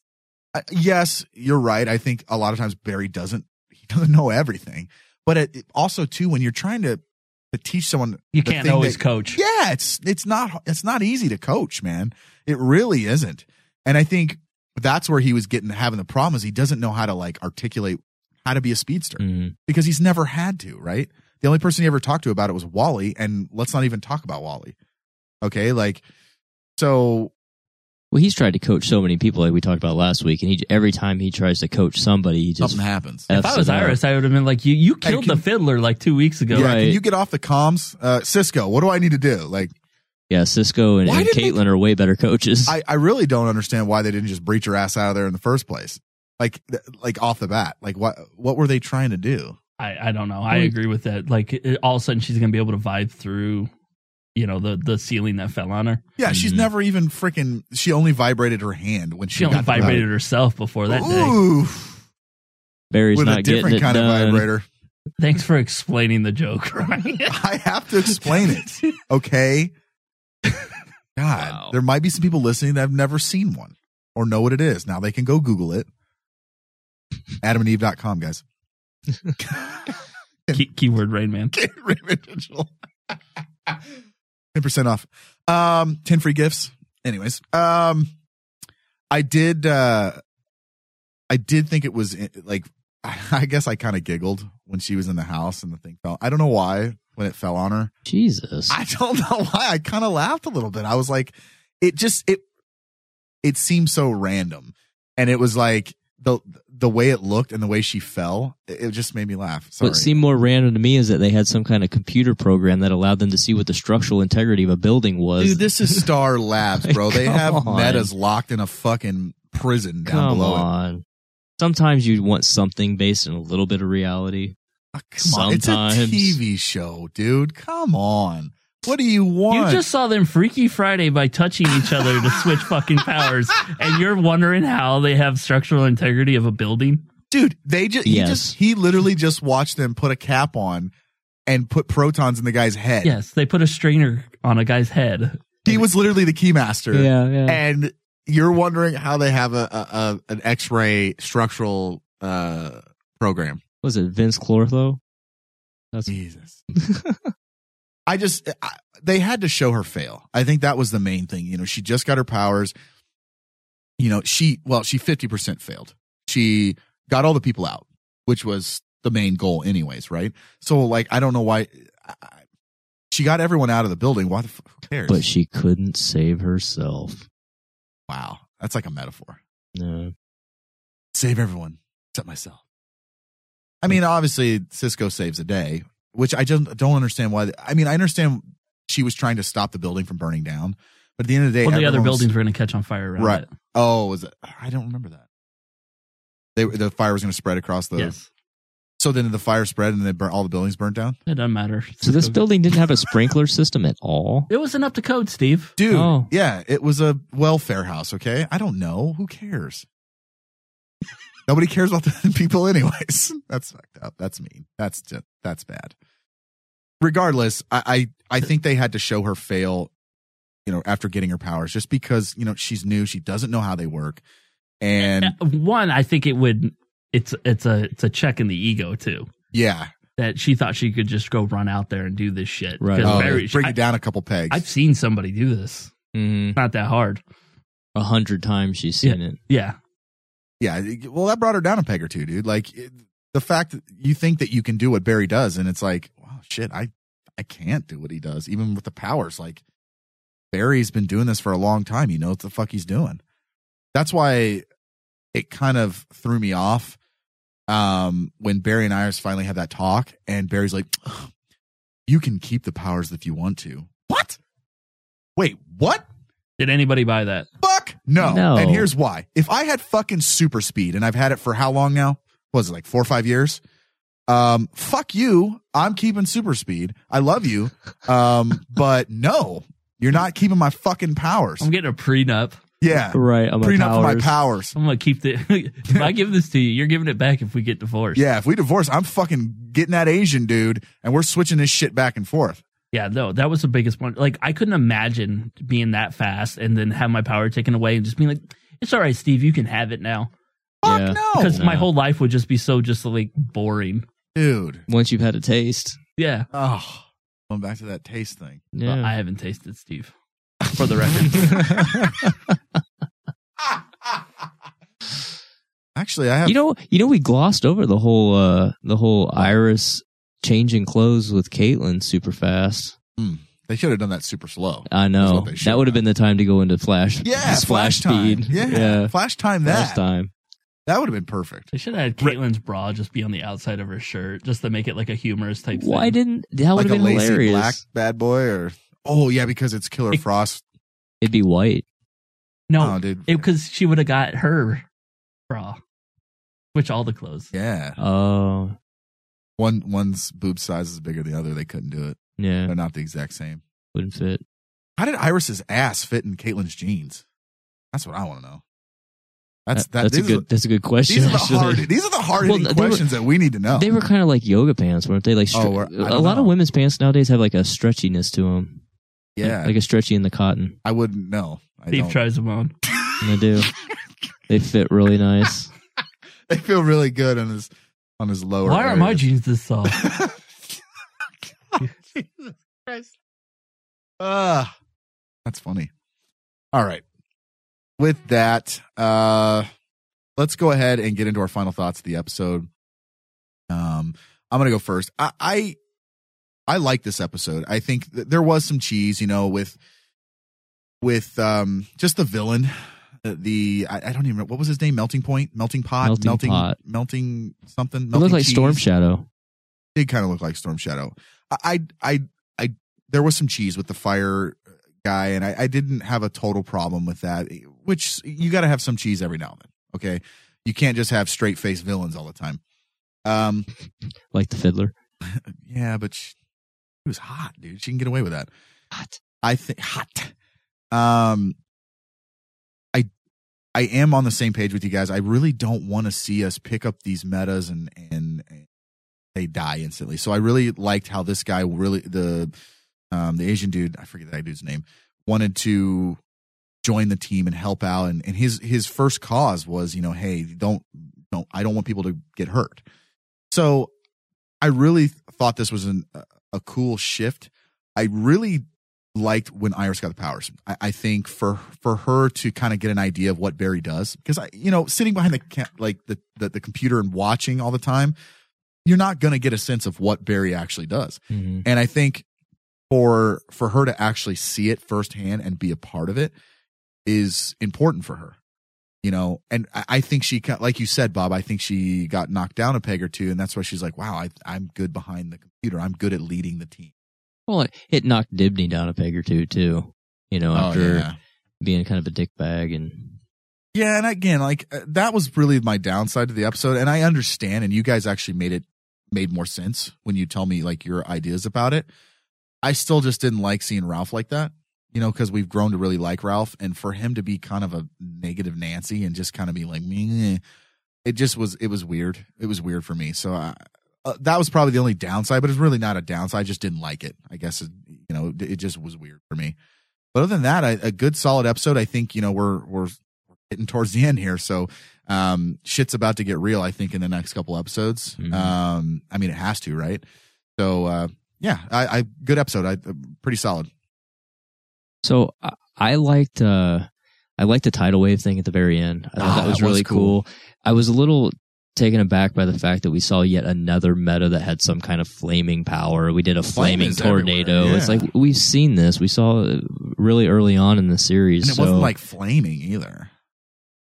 H: I- yes, you're right. I think a lot of times Barry doesn't he doesn't know everything, but it, it also too when you're trying to to teach someone
I: You
H: the
I: can't
H: thing
I: always
H: that-
I: coach.
H: Yeah, it's it's not it's not easy to coach, man. It really isn't, and I think that's where he was getting having the problem is he doesn't know how to like articulate how to be a speedster
J: Mhm.
H: because he's never had to, right? The only person he ever talked to about it was Wally, and let's not even talk about Wally. Okay, like so
J: Well, he's tried to coach so many people, like we talked about last week, and he every time he tries to coach somebody, he just
H: something happens.
J: F's
I: If I was
J: it up.
I: Iris, I would have been like, "You, you
H: Hey,
I: killed
H: can-
I: the fiddler like two weeks ago."
H: Yeah,
J: Right.
H: can you get off the comms, uh, Cisco? What do I need to do? Like,
J: Yeah, Cisco and,
H: Why
J: and
H: did they-
J: Caitlin are way better coaches.
H: I, I really don't understand why they didn't just breach her ass out of there in the first place. Like, th- like off the bat, like what what were they trying to do?
I: I, I don't know. I agree with that. Like it, all of a sudden, she's gonna be able to vibe through, you know, the the ceiling that fell on her.
H: Yeah, she's
J: Mhm.
H: never even freaking. She only vibrated her hand when she,
I: She only
H: got the-
I: vibrated herself before that day.
H: Ooh,
J: Barry's
H: with
J: not
H: a
J: getting
H: different
J: it
H: kind
J: done.
H: of vibrator.
I: Thanks for explaining the joke, Ryan.
H: I have to explain it. Okay. God,
J: Wow.
H: there might be some people listening that have never seen one or know what it is. Now they can go Google it. AdamandEve.com, guys.
I: Key, keyword Rain Man.
H: Raymond Digital. 10% off. Um, 10 free gifts. Anyways, um, I did, uh, I did think it was eh, like, I guess I kind of giggled when she was in the house and the thing fell. I don't know why when it fell on her.
J: Jesus.
H: I don't know why. I kind of laughed a little bit. I was like, it just it it seemed so random, and it was like the the way it looked and the way she fell. It, it just made me laugh. Sorry.
J: What seemed more random to me is that they had some kind of computer program that allowed them to see what the structural integrity of a building was.
H: Dude, this is Star Labs, bro. They
J: Come
H: have
J: on.
H: metas locked in a fucking prison down
J: Come
H: below. It.
J: on. Sometimes you want something based on a little bit of reality.
H: Ah, Come on, it's a
J: Sometimes.
H: TV show, dude. Come on. What do you want?
I: You just saw them Freaky Friday by touching each other to switch fucking powers, and you're wondering how they have structural integrity of a building.
H: dude they just he
J: Yes.
H: just he literally just watched them put a cap on and put protons in the guy's head
I: Yes, they put a strainer on a guy's head.
H: he was literally the keymaster
J: yeah.
K: and you're wondering how they have a, a, a an X-ray structural uh, program.
J: Was it Vince Clortho?
H: jesus i just I, they had to show her fail i think that was the main thing you know she just got her powers you know she well she 50% failed she got all the people out which was the main goal anyways right so like i don't know why I, I- she got everyone out of the building why the f- who cares
J: But she couldn't save herself.
H: Wow. That's like a metaphor.
J: No.
H: Save everyone except myself. I mean, obviously, Cisco saves a day, which I just don't understand why. I mean, I understand she was trying to stop the building from burning down, but at the end of the day,
I: Well, the other
H: everyone was-
I: buildings were going to catch on fire around
H: Right.
I: it.
H: Oh, was it? I don't remember that. They, the fire was going to spread across the.
I: Yes.
H: So then the fire spread and then bur- all the buildings burned down?
I: It doesn't matter.
J: So this building didn't have a sprinkler system at all.
I: It wasn't up to code, Steve.
H: Dude,
I: Oh.
H: yeah, it was a welfare house, okay? I don't know. Who cares? Nobody cares about the people, anyways. That's fucked up. That's mean. That's ju- that's bad. Regardless, I, I I think they had to show her fail, you know, after getting her powers, just because you know she's new, she doesn't know how they work, and
I: One, I think it would. It's it's a it's a check in the ego too.
H: yeah,
I: That she thought she could just go run out there and do this shit.
H: Oh,
I: Because Barry-
H: bring
I: I-
H: it down a couple pegs.
I: I've seen somebody do this.
H: Mm-hmm.
J: It's
I: Not that hard.
J: A hundred times she's seen it.
I: Yeah.
H: Yeah. Well, that brought her down a peg or two, dude. Like it, the fact that you think that you can do what Barry does, and it's like, wow, shit, I, I can't do what he does, even with the powers. Like Barry's been doing this for a long time. He knows what the fuck he's doing. That's why it kind of threw me off um, when Barry and Iris finally had that talk, and Barry's like, "You can keep the powers if you want to." What? Wait, what?
I: Did anybody buy that?
H: Fuck no.
I: No.
H: And here's why. If I had fucking super speed and I've had it for how long now? What Was it like four or five years? Um, fuck you. I'm keeping super speed. I love you. Um, but no, you're not keeping my fucking powers.
I: I'm getting a prenup.
H: Yeah.
J: Right. I'm
H: Prenup for my powers.
I: I'm gonna keep the. if I give this to you, you're giving it back if we get divorced.
H: Yeah. If we divorce, I'm fucking getting that Asian dude and we're switching this shit back and forth.
I: Yeah, no, that was the biggest one. Like, I couldn't imagine being that fast and then have my power taken away and just being like, "It's all right, Steve, you can have it now."
H: Fuck Oh, no,
I: because my whole life would just be so just like boring,
H: dude.
J: Once you've had a taste,
I: Yeah.
H: Oh, going back to that taste thing.
I: Well, I haven't tasted Steve. For the record,
H: Actually, I have.
J: You know, you know, we glossed over the whole uh the whole Iris changing clothes with Caitlyn super fast.
H: They should have done that super slow.
J: I know
H: what they
J: that would have been the time to go into flash.
H: Yeah,
J: flash,
H: flash time.
J: speed.
H: Yeah, flash time
J: Flash
H: that.
J: time.
H: That would have been perfect.
I: they should have had Caitlyn's bra just be on the outside of her shirt, just to make it like a humorous type.
J: Why
I: thing.
J: didn't that would
H: like
J: have
H: a
J: been
H: lacy
J: hilarious?
H: black bad boy or oh yeah because it's Killer
I: It-
H: Frost.
J: It'd be white.
I: No,
H: Oh, dude.
I: because she would have got her bra, which all the clothes.
H: Yeah.
J: Oh
H: One one's boob size is bigger than the other. They couldn't do it.
J: yeah,
H: They're not the exact same.
J: wouldn't fit.
H: How did Iris's ass fit in Caitlyn's jeans? That's what I want to know. That's
J: That-
H: that,
J: that's a
H: these are
J: good. that's a good question.
H: These are the
J: actually.
H: hard. These are the hard
J: Well, they were-
H: questions that we need to know.
J: They were kind of like yoga pants, weren't they? Like
H: Oh,
J: stre-
H: we're- I
J: a
H: don't
J: lot
H: know.
J: of women's pants nowadays have like a stretchiness to them.
H: yeah,
J: like a stretchy in the cotton.
H: I wouldn't know. I
I: Steve
H: don't.
I: tries them on.
J: And they do. they fit really nice.
H: They feel really good on his on his lower.
I: Why are my
H: areas.
I: jeans this soft?
H: Ah, that's funny. All right. With that, uh, let's go ahead and get into our final thoughts of the episode. Um, I'm gonna go first. I I, I like this episode. I think th- there was some cheese, you know, with with um just the villain. uh, The I, I don't even know what was his name. Melting point, melting pot,
J: Melting Pot.
H: melting something.
J: It
H: melting
J: looks like
H: cheese
J: Storm Shadow.
H: did kind of look like Storm Shadow. I, I, I, I there was some cheese with the fire guy, and I, I didn't have a total problem with that. eh, Which you got to have some cheese every now and then. Okay, you can't just have straight face villains all the time. Um,
J: Like the fiddler.
H: yeah, but she, she was hot, dude. She can get away with that. Hot. I think hot. Um, I, I am on the same page with you guys. I really don't want to see us pick up these metas and and, and they die instantly. So I really liked how this guy really the um the Asian dude I forget that dude's name wanted to join the team and help out and, and his his first cause was you know hey don't don't I don't want people to get hurt. So I really thought this was an, a cool shift. I really liked when Iris got the powers. I, I think for for her to kind of get an idea of what Barry does, because I you know sitting behind the ca- like the, the the computer and watching all the time, you're not gonna get a sense of what Barry actually does. And I think for for her to actually see it firsthand and be a part of it is important for her you know and I, I think she ca- like you said bob i think she got knocked down a peg or two and that's why she's like wow I, i'm good behind the computer i'm good at leading the team
J: Well, it, it knocked Dibney down a peg or two too. You know,
H: Oh,
J: after
H: yeah.
J: being kind of a dick bag and
H: Yeah, and again, like uh, that was really my downside to the episode, and I understand. And you guys actually made it made more sense when you tell me like your ideas about it. I still just didn't like seeing Ralph like that, you know, because we've grown to really like Ralph, and for him to be kind of a negative Nancy and just kind of be like me, it just was it was weird. It was weird for me. So I, uh, that was probably the only downside, but it's really not a downside. I just didn't like it. I guess it, you know it, it just was weird for me. But other than that, I, a good solid episode. I think you know we're we're getting towards the end here, so um, shit's about to get real. I think in the next couple episodes. Um, I mean, it has to, right? So uh, yeah, I, I good episode. I uh, pretty solid.
J: So I, I liked uh I liked the tidal wave thing at the very end. I thought
K: Ah,
J: that was
K: that was
J: really
K: cool.
J: cool. I was a little taken aback by the fact that we saw yet another meta that had some kind of flaming power. We did a
K: Flame
J: flaming
K: is everywhere,
J: tornado. It's
K: yeah.
J: like we've seen this. We saw it really early on in the series.
H: And it
J: so-
H: wasn't like flaming either.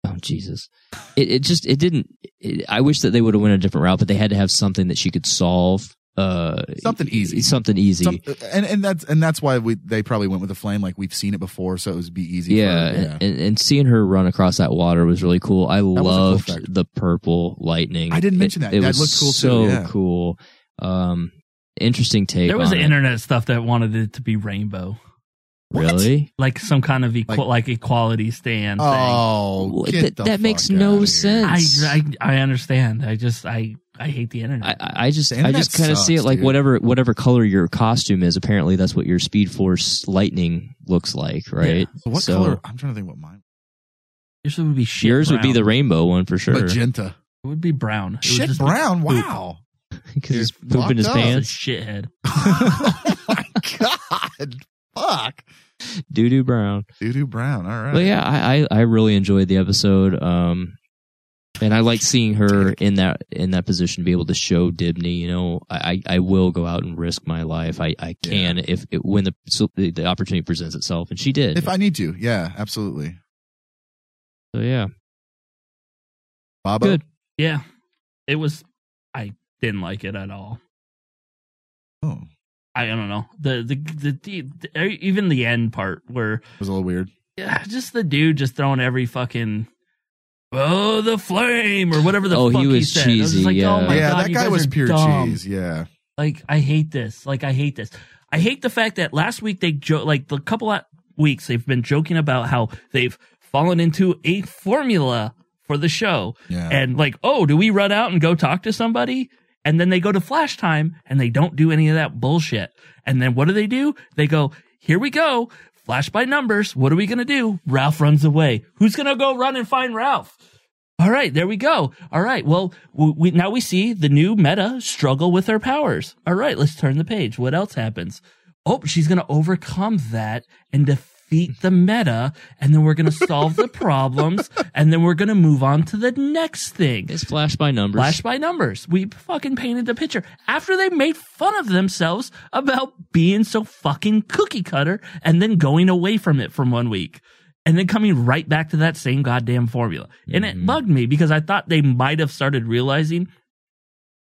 J: Oh Jesus! It, it just it didn't. It, I wish that they would have went a different route, but they had to have something that she could solve. Uh,
H: Something easy.
J: Something easy.
H: Some, and and that's and that's why we they probably went with the flame. Like we've seen it before, so it would be easy.
J: yeah,
H: for,
J: and- And, and seeing her run across that water was really cool. I
H: cool
J: loved
H: effect.
J: the purple lightning.
H: I didn't mention
J: It-
H: that.
J: It
H: That
J: was
H: looked cool too,
J: so
H: yeah.
J: cool. Um, interesting take.
I: There was
J: on it.
I: internet stuff that wanted it to be rainbow,
J: really.
I: like some kind of equa- like, equality stand.
H: Oh,
I: thing.
J: get That- the that makes fuck no outta here. sense.
I: I, I I understand. I just I I hate the internet.
J: I, I just I
I: internet
J: just kind of see it
I: sucks,
J: like
I: dude.
J: whatever whatever color your costume is. Apparently, that's what your Speed Force Lightning looks like, right?
H: So what
J: So-
H: color? I'm trying to think what mine.
I: Yours would be shit
J: Yours would be
I: brown.
J: the rainbow one for sure.
H: Magenta.
I: It would be brown. It would
H: Shit
I: just be
H: brown.
I: poop.
H: Wow.
J: Because he's
I: You're
J: pooping his
I: locked up.
J: pants.
I: He's a shithead.
H: Oh God, fuck.
J: Doo doo brown.
H: Doo doo brown. All right.
J: But yeah, I, I I really enjoyed the episode. Um, and I like seeing her in that in that position to be able to show Dibney. You know, I I I will go out and risk my life. I I can if it, when the so the the opportunity presents itself, and she did.
H: If I need to, yeah, absolutely.
J: so yeah,
H: Bobo.
J: good.
I: Yeah, it was. I didn't like it at all.
H: Oh.
I: I, I don't know the the, the the the even the end part where
H: It was a little weird.
I: yeah, just the dude just throwing every fucking oh the flame or whatever the
J: Oh,
I: fuck
J: he was
I: said. I was just
J: cheesy,
I: like, oh my
H: yeah,
I: God,
H: that
I: you
H: guy
I: guys
H: was
I: are
H: pure
I: dumb.
H: cheese. Yeah.
I: Like I hate this. Like I hate this. I hate the fact that last week they jo- like the couple of weeks they've been joking about how they've fallen into a formula for the show.
H: Yeah.
I: And like, oh, do we run out and go talk to somebody? And then they go to flash time and they don't do any of that bullshit. And then what do they do? They go, here we go. Flash by numbers. What are we going to do? Ralph runs away. Who's going to go run and find Ralph? All right, there we go. All right, well, we, we now we see the new meta struggle with her powers. All right, let's turn the page. What else happens? Oh, she's going to overcome that and defeat the meta, and then we're going to solve the problems, and then we're going to move on to the next thing.
J: It's flash by numbers.
I: Flash by numbers. We fucking painted the picture after they made fun of themselves about being so fucking cookie cutter and then going away from it from one week and then coming right back to that same goddamn formula. And it bugged me because I thought they might have started realizing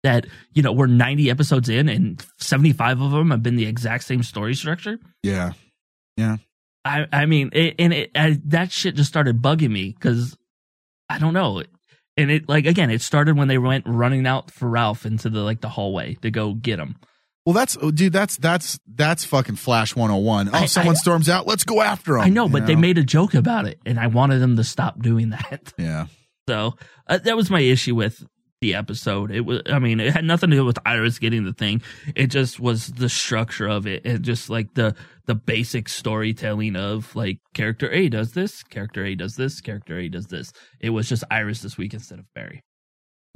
I: that, you know, we're 90 episodes in and 75 of them have been the exact same story structure.
H: Yeah. Yeah.
I: I, I mean, it, and it, I, that shit just started bugging me because I don't know. And it like again, it started when they went running out for Ralph into the like the hallway to go get him.
H: Well, that's oh, dude. That's that's that's fucking Flash 101. Oh,
I: I-
H: someone
I: I-
H: storms out. Let's go after him.
I: I know, but they made a joke about it, and I wanted them to stop doing that.
H: Yeah.
I: So uh, that was my issue with the episode. It was, I mean, it had nothing to do with Iris getting the thing. It just was the structure of it, and just like the the basic storytelling of like character A does this, character A does this, character A does this. It was just Iris this week instead of Barry.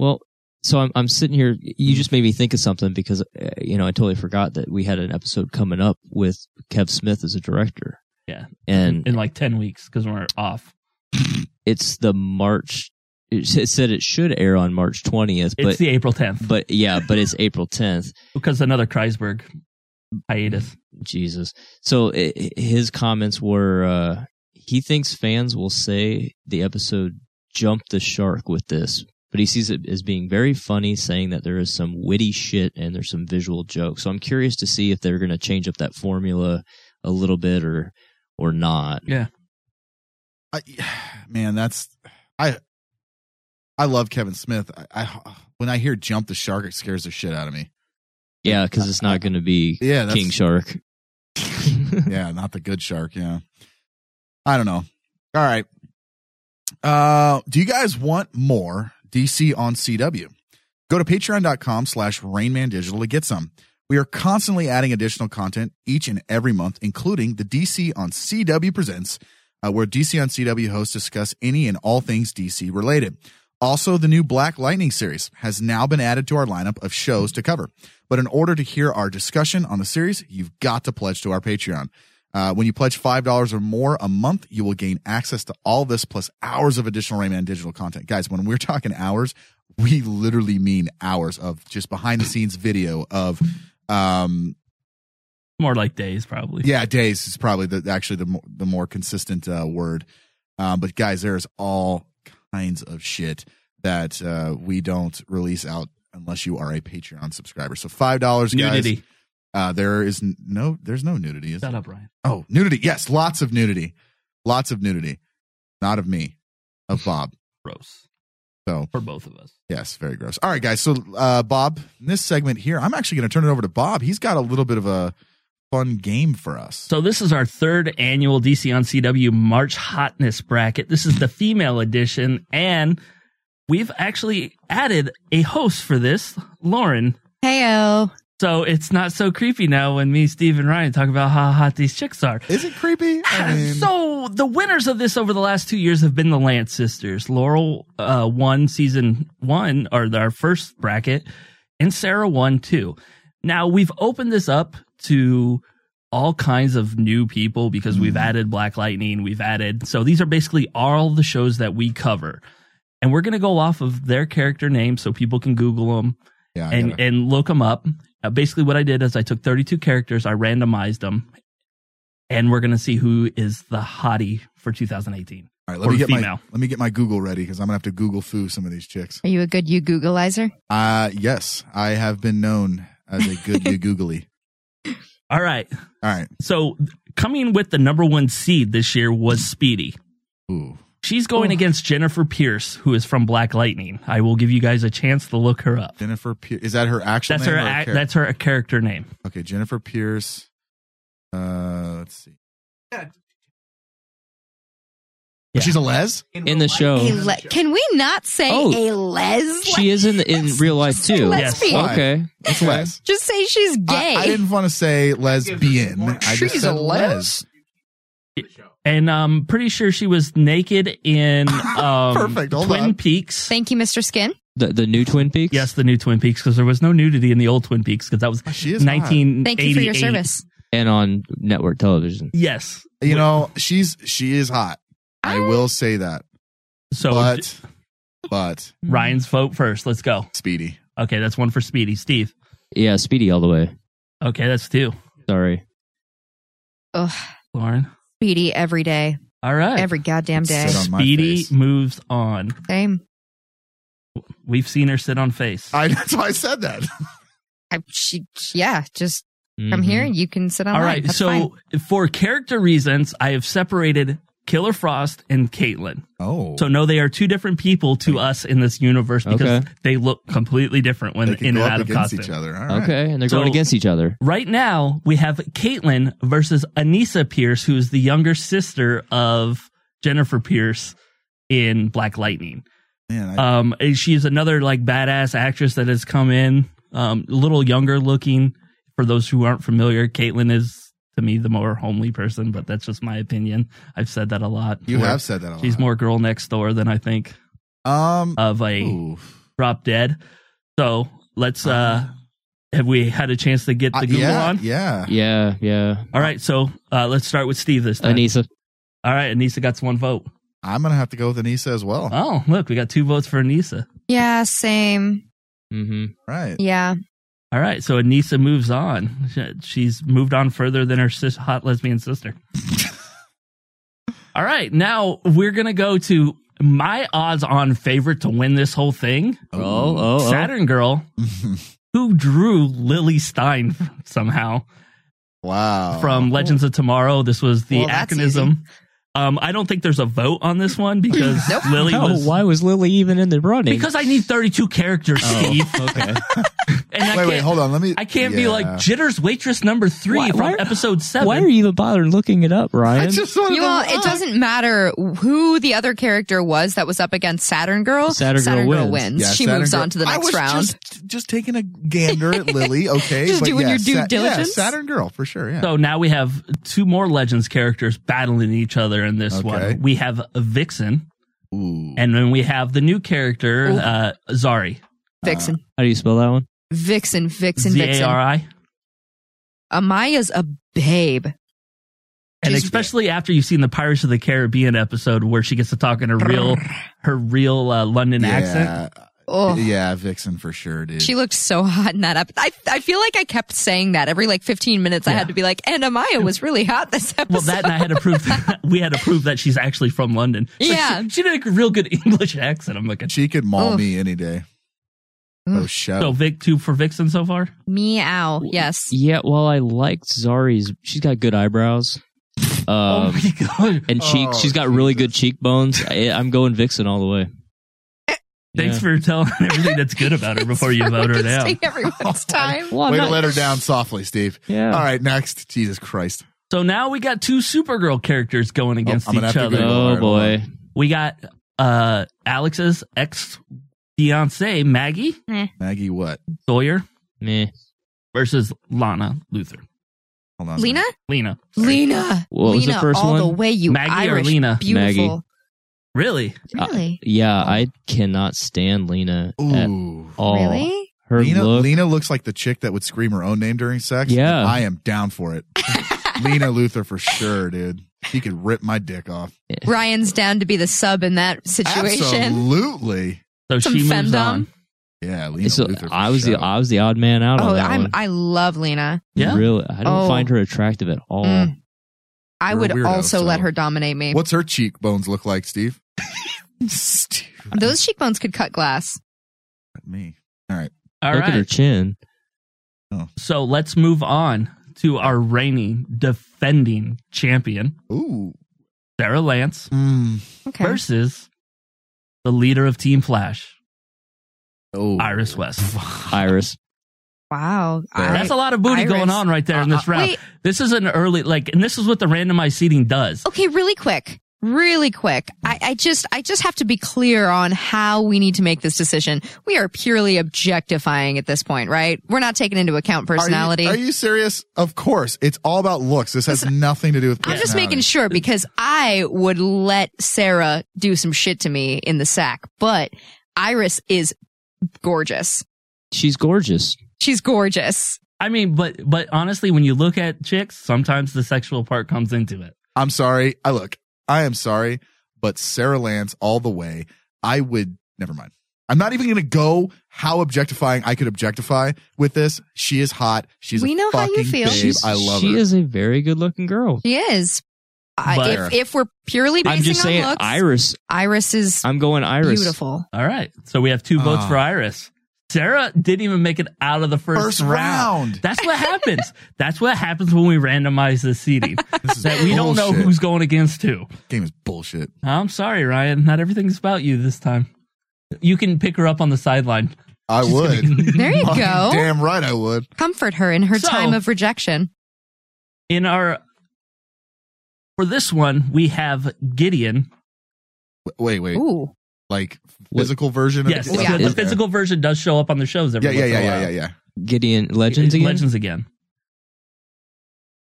J: Well, so I'm I'm sitting here. You just made me think of something because uh, you know I totally forgot that we had an episode coming up with Kev Smith as a director,
I: Yeah,
J: and
I: in like ten weeks because we're off.
J: it's the March. It s- it said it should air on March 20th,
I: It's
J: but
I: the April tenth
J: but yeah, but it's April 10th.
I: because another Kreisberg hiatus.
J: Jesus. So i i- his comments were uh, he thinks fans will say the episode jumped the shark with this, but he sees it as being very funny, saying that there is some witty shit and there's some visual jokes. So I'm curious to see if they're going to change up that formula a little bit or or not.
I: Yeah.
H: I, man, that's I I love Kevin Smith. I, I when I hear "Jump the Shark," it scares the shit out of me.
J: Yeah, because it's not going to be
H: Yeah, that's-
J: King Shark.
H: yeah, not the good shark. Yeah. I don't know. All right. Uh, do you guys want more DC on CW? Go to patreon.com slash Rainman Digital to get some. We are constantly adding additional content each and every month, including the DC on CW Presents, uh, where DC on CW hosts discuss any and all things DC related. Also, the new Black Lightning series has now been added to our lineup of shows to cover. But in order to hear our discussion on the series, you've got to pledge to our Patreon. Uh, when you pledge $5 or more a month, you will gain access to all this plus hours of additional Rayman digital content. Guys, when we're talking hours, we literally mean hours of just behind the scenes video of, um,
I: More like days, probably.
H: yeah, days is probably the, actually the more, the more consistent, uh, word. Um, but guys, there's all kinds of shit that, uh, we don't release out unless you are a Patreon subscriber. So $5, guys.
I: Nudity.
H: Uh, there is n- no, there's no nudity. Is
I: Shut
H: there?
I: up, Ryan.
H: Oh, nudity. Yes, lots of nudity. Lots of nudity. Not of me, of Bob.
I: Gross.
H: So
I: for both of us.
H: Yes, very gross. All right, guys. So uh Bob, in this segment here, I'm actually gonna turn it over to Bob. He's got a little bit of a fun game for us.
I: So this is our third annual DC on CW March Hotness bracket. This is the female edition, and we've actually added a host for this, Lauren.
L: Heyo.
I: So it's not so creepy now when me, Steve, and Ryan talk about how hot these chicks are.
H: Is it creepy? I mean-
I: so the winners of this over the last two years have been the Lance sisters. Laurel uh, won season one, or our first bracket, and Sarah won two. Now we've opened this up to all kinds of new people because we've added Black Lightning, we've added. So these are basically all the shows that we cover. And we're going to go off of their character name so people can Google them
H: Yeah, I
I: and,
H: gotta-
I: and look them up. Uh, basically, what I did is I took 32 characters, I randomized them, and we're going to see who is the hottie for 2018.
H: All right,
I: or
H: let me get
I: female.
H: my let me get my Google ready because I'm gonna have to Google foo some of these chicks.
L: Are you a good you Googleizer?
H: Uh yes, I have been known as a good you googly.
I: All right.
H: All right.
I: So th- coming with the number one seed this year was Speedy.
H: Ooh.
I: She's going against Jennifer Pierce, who is from Black Lightning. I will give you guys a chance to look her up.
H: Jennifer Pierce is that her actual
I: That's
H: name
I: her.
H: or her
I: ac
H: character?
I: that's her character name.
H: Okay, Jennifer Pierce. Uh let's see. She's a les?
J: In, the show.
L: A le- can we not say
J: Oh.
L: a les?
J: She is in in real life too.
L: lesbian. Yes.
J: Okay. That's
H: Les.
L: Just say she's gay.
H: I, I didn't want to say lesbian. I just
L: She's
H: said
L: a
H: les.
L: les.
I: And I'm pretty sure she was naked in um, Twin Peaks.
L: Thank you, Mr. Skin.
J: The the new Twin Peaks.
I: Yes, the new Twin Peaks because there was no nudity in the old Twin Peaks because that was
H: she
J: is hot.
I: 1988.
L: Thank you for your service.
J: And on network television.
I: Yes.
H: You know, she's she is hot. I
L: Ah.
H: will say that.
I: So
H: but but
I: Ryan's vote first. Let's go.
H: Speedy.
I: Okay, that's one for Speedy. Steve.
J: Yeah, Speedy all the way.
I: Okay, that's two.
J: Sorry.
L: Ugh,
I: Lauren.
L: Speedy every day.
I: All right.
L: Every goddamn day.
I: Speedy moves on.
L: Same.
I: We've seen her sit on face.
H: I, that's why I said that.
L: I, she, yeah, just
J: Mm-hmm.
L: come here. You can sit on.
I: All right.
L: That's
I: So
L: fine.
I: for character reasons, I have separated Killer Frost and Caitlin.
H: Oh.
I: So no, they are two different people to us in this universe because
J: Okay.
I: they look completely different when
J: They can
I: in
J: go
I: and
J: up
I: out of
J: against
I: costume.
J: each other. All right. Okay, and they're going against each other.
I: Right now, we have Caitlin versus Anissa Pierce, who is the younger sister of Jennifer Pierce in Black Lightning.
H: Man,
I: um, and she's another like badass actress that has come in, um, a little younger looking. For those who aren't familiar, Caitlin is to me the more homely person, but that's just my opinion. I've said that a lot.
H: You
I: Where
H: have said that a
I: She's more girl next door than I think.
H: Um,
I: of a drop dead. So let's. uh Have we had a chance to get the
J: Uh,
I: Google
J: yeah,
I: on?
H: Yeah.
J: Yeah, yeah.
I: All right, so uh, let's start with Steve this time.
J: Anissa.
I: All right, Anissa got one vote.
H: I'm gonna have to go with Anissa as well.
I: Oh, look, we got two votes for Anissa.
L: yeah, same.
J: Mm-hmm.
H: Right.
L: Yeah.
I: All right, so Anissa moves on. She- She's moved on further than her sis, hot lesbian sister. All right, now we're gonna go to my odds-on favorite to win this whole thing.
J: Oh, oh, oh.
I: Saturn Girl, who drew Lily Stein somehow.
H: Wow.
J: Oh.
I: From Legends of Tomorrow, this was the
L: Well, that's
I: acronym Um, I don't think there's a vote on this one because Lily
J: No,
I: was
J: why was Lily even in the running?
I: because I need 32 characters, Steve. Okay.
H: Oh. wait, wait, hold on. Let me.
I: I can't be
J: Yeah.
I: like Jitters waitress number three
J: Why-
I: from
J: why-
I: episode seven.
J: Why are you even bothering looking it up, Ryan?
L: You all, it doesn't matter who the other character was that was up against Saturn Girl.
J: Saturn Girl
L: Girl
J: wins.
L: wins.
H: Ah.
J: Yeah,
L: she
J: Saturn
L: moves
J: Girl-
L: on to the
J: I
L: next
J: was
L: round.
H: Just, just taking a gander at Lily, okay?
L: Just
H: but
L: doing
H: yeah,
L: your due
H: Sa-
L: diligence.
H: Yeah, Saturn Girl, for sure, yeah.
I: So now we have two more Legends characters battling each other in this
H: Okay.
I: one. We have Vixen, and then we have the new character
L: Ooh.
I: uh, Zari.
L: Vixen.
J: How do you spell that one?
L: Vixen, Vixen,
I: Z
L: Vixen.
I: A R I.
L: Amaya's a babe.
I: And especially after you've seen the Pirates of the Caribbean episode where she gets to talk in her real her real uh, London
H: Yeah.
I: accent.
L: Oh.
H: Yeah, Vixen for sure, dude.
L: She looked so hot in that episode. I, I feel like I kept saying that every like 15 minutes. I had to be like, and Amaya was really hot this episode.
I: Well, that and I had to prove that we had to prove that she's actually from London. So
L: Yeah.
I: she, she did a real good English accent. I'm looking.
H: She could maul me any day.
L: Mm.
H: Oh, shut
I: So Vic two for Vixen so far.
L: Meow. Yes.
J: Yeah, well, I liked Zari's. She's got good eyebrows. Um, And cheek.
I: Oh,
J: she's got really good cheekbones. I, I'm going Vixen all the way.
I: Thanks for telling everything that's good about her before you vote her down.
L: everyone's time.
H: Way to let her down softly, Steve.
L: Oh.
J: Yeah.
H: All right, next. Jesus Christ.
I: So now we got two Supergirl characters going against
H: I'm gonna
I: each
H: have to
I: other.
H: Google her.
J: Oh,
H: Hold on.
I: We got uh Alex's ex fiance Maggie
H: Maggie, what?
I: Sawyer
J: Meh.
I: versus Lana Luther.
H: Hold
L: on. Lena?
I: Lena.
L: Lena.
J: What was the
L: Lena,
J: first
L: all
J: one?
L: the way, you
I: Maggie
L: Irish.
I: or Lena?
L: Beautiful.
J: Maggie.
I: Really?
L: Really?
J: Uh, Yeah, I cannot stand Lena at all.
L: Really?
J: Uh, Her
H: Lena,
J: look.
H: Lena looks like the chick that would scream her own name during sex.
J: Yeah.
H: I am down for it. Lena Luther for sure, dude. She could rip my dick off.
L: Ryan's down to be the sub in that situation.
H: Absolutely.
I: So
L: Some she moves femdom. on.
H: Yeah, Lena
J: It's a-
H: Luther.
J: I was the I was the odd man out
L: Oh,
J: on that
L: I'm,
J: one.
L: I love Lena.
J: Really, I don't
L: Oh.
J: find her attractive at all.
L: Mm. I
H: You're a
L: would
H: weirdo,
L: also
H: so-
L: let her dominate me.
H: What's her cheekbones look like, Steve?
L: Those cheekbones could cut glass.
H: Me. All right.
I: All
J: Look at her
I: right.
J: chin.
I: So let's move on to our reigning defending champion.
H: Ooh.
I: Sarah Lance
J: Mm.
L: Okay.
I: versus the leader of Team Flash.
H: Oh.
I: Iris West.
J: Iris.
L: Wow.
I: That's a lot of booty
L: Iris.
I: going on right there in this
L: Uh, uh,
I: round.
L: wait.
I: This is an early like and this is what the randomized seating does.
L: Okay, really quick. Really quick. I, I just I just have to be clear on how we need to make this decision. We are purely objectifying at this point, right? We're not taking into account
H: Are you-
L: personality.
H: Are you, serious? Of course. It's all about looks. This has nothing to do with
L: I'm
H: personality.
L: just making sure because I would let Sarah do some shit to me in the sack, but Iris is gorgeous.
J: She's gorgeous.
L: She's gorgeous.
I: I mean, but but honestly when you look at chicks, sometimes the sexual part comes into it.
H: I'm sorry. I look. I am sorry, but Sarah Lance all the way. I would never mind. I'm not even going to go how objectifying I could objectify with this. She is hot. She's
L: We
H: a
L: know how you
H: fucking
L: feel.
H: babe.
J: She's-
H: I love
J: she
H: her.
J: is a very good looking girl.
L: She is.
J: But-
L: I, if, if we're purely basing
J: I'm just
L: on
J: saying,
L: looks,
J: Iris.
L: Iris is
J: I'm going Iris.
L: beautiful.
I: All right. So we have two
H: Uh.
I: votes
J: Ah.
I: for Iris. Sarah didn't even make it out of the first,
H: First round.
I: That's what happens. That's what happens when we randomize the seating. that we don't know
H: bullshit.
I: who's going against who.
H: Game is bullshit.
I: I'm sorry, Ryan. Not everything's about you this time. You can pick her up on the sideline.
H: I would.
L: There you
H: Fucking
L: go.
H: Damn right I would.
L: Comfort her in her
I: So-
L: time of rejection.
I: In our for this one, we have Gideon.
H: W- Wait, wait.
L: Ooh.
H: Like physical version.
I: Yes,
H: Of
I: the physical version does show up on the shows every
H: Yeah, yeah,
I: once in
H: yeah,
I: a
H: yeah,
I: while.
H: yeah, yeah.
J: Gideon Legends again.
I: Legends again.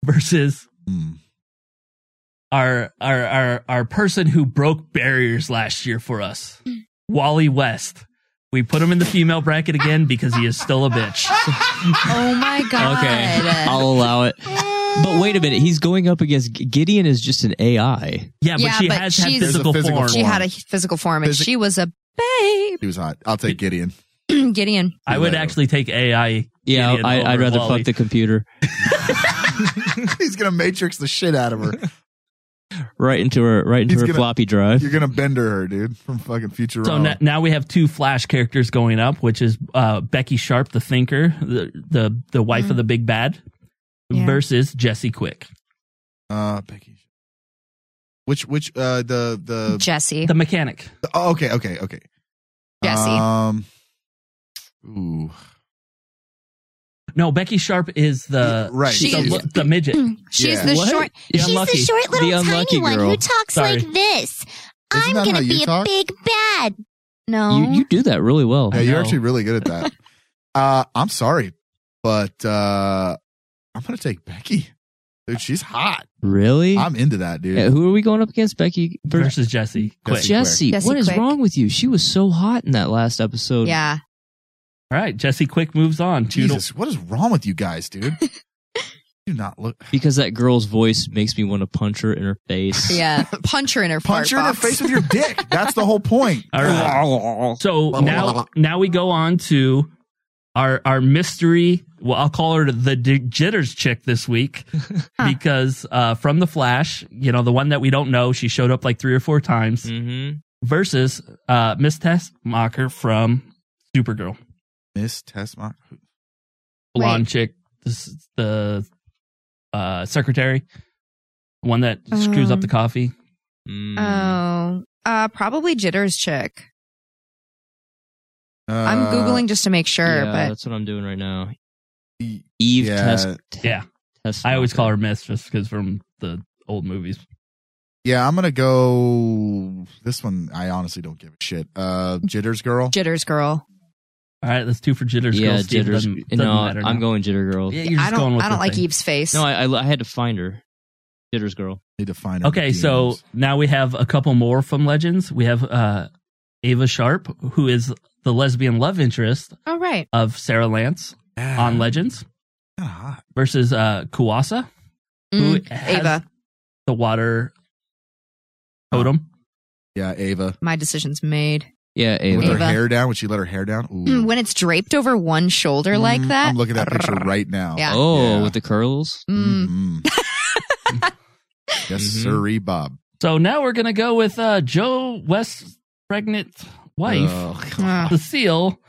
I: Versus
H: Hmm.
I: our, our our our person who broke barriers last year for us, Wally West. We put him in the female bracket again because he is still a bitch.
L: Oh my god.
J: Okay, I'll allow it. But wait a minute, he's going up against Gideon is just an AI.
I: Yeah, but she has had
L: she's-
I: physical, form.
L: She had a physical form, and
H: Physi-
L: she was a babe.
H: He was hot. I'll take Gideon.
L: Gideon.
I: I would actually take AI.
J: Yeah,
I: Gideon
J: I, I'd
I: over
J: rather
I: Wally.
J: fuck the computer
H: He's gonna matrix the shit out of her.
J: right into her right into
H: He's
J: her
H: gonna-
J: floppy drive.
H: You're gonna bender her, dude, from fucking Futurama.
I: So na- now we have two Flash characters going up, which is uh, Becky Sharp, the thinker, the the, the wife of the big bad,
L: Yeah.
I: versus Jesse Quick.
H: uh, Becky. Which which uh the the
L: Jesse.
I: The mechanic.
H: Oh, okay, okay, okay.
L: Jesse.
H: Um Ooh.
I: No, Becky Sharp is the
H: right.
I: the,
H: She's-
I: the, midget.
M: She's the short. She's the short little tiny one who talks
I: Sorry.
M: like this. I'm
H: not
M: gonna
H: how you
M: be
H: talk?
M: a big bad. No,
J: You, you do that really well.
H: Yeah, you're actually really good at that. uh I'm sorry, but uh I'm gonna take Becky. Dude, she's hot.
J: Really?
H: I'm into that, dude.
J: Yeah, Eh, who are we going up against? Becky
I: versus Jesse. Quick.
J: Jesse,
I: Jesse
J: what is
I: Quick.
J: wrong with you? She was so hot in that last episode.
L: Yeah.
I: All right, Jesse Quick moves on. to
J: Jesus,
H: what is wrong with you guys, dude? Do not look.
J: Because that girl's voice makes me want to punch her in her face.
L: Yeah. Punch her in her
H: Punch her
L: fart
H: in the
L: box.
H: face with your dick. That's the whole point.
I: All right. So now, now we go on to our our mystery. Well, I'll call her the J- jitters chick this week because uh, from the Flash, you know, the one that we don't know, she showed up like three or four times.
J: mm-hmm.
I: Versus uh, Miss Tess Mocker from Supergirl,
H: Miss Tessmar.
I: blonde chick, this is the uh, secretary, one that screws up
L: Um,
I: the coffee.
J: Mm.
L: Oh, uh, probably Jitters chick.
H: Uh,
L: I'm googling just to make sure,
J: Yeah,
L: but
J: that's what I'm doing right now. Eve Tess.
I: yeah. I always call her Mistress because from the old movies.
H: Yeah, I'm gonna go. This one, I honestly don't give a shit. Uh, Jitters girl.
L: Jitters girl.
I: All right, that's two for Jitters.
J: Yeah,
I: girl, Steve.
J: Jitters-
I: Doesn't, doesn't
J: no,
I: matter
J: I'm
I: now.
J: going Jitter Girl.
I: Yeah, you're just
L: I don't.
I: going with
L: I don't
I: the
L: like
I: thing.
L: Eve's face.
J: No, I, I, I had to find her. Jitters Girl.
H: Need to find
I: Okay, so now we have a couple more from Legends. We have uh, Ava Sharp, who is the lesbian love interest
L: oh right.
I: of Sarah Lance
L: Uh-huh.
I: on Legends, versus uh, Kuwasa, who
L: Mm,
I: has
L: Ava.
I: the water totem.
H: Yeah, Ava.
L: My decision's made.
J: Yeah, Ava.
H: With her
L: Ava.
H: hair down, when she let her hair down. Ooh.
L: Mm, When it's draped over one shoulder like
H: Mm,
L: that,
H: I'm looking at that picture right now.
L: Yeah.
J: Oh, with the curls.
H: Mm. yes,
I: Mm-hmm.
H: sirree, Bob.
I: So now we're gonna go with uh, Joe West's pregnant wife,
J: Uh.
H: Oh,
L: Ah.
I: Cecile,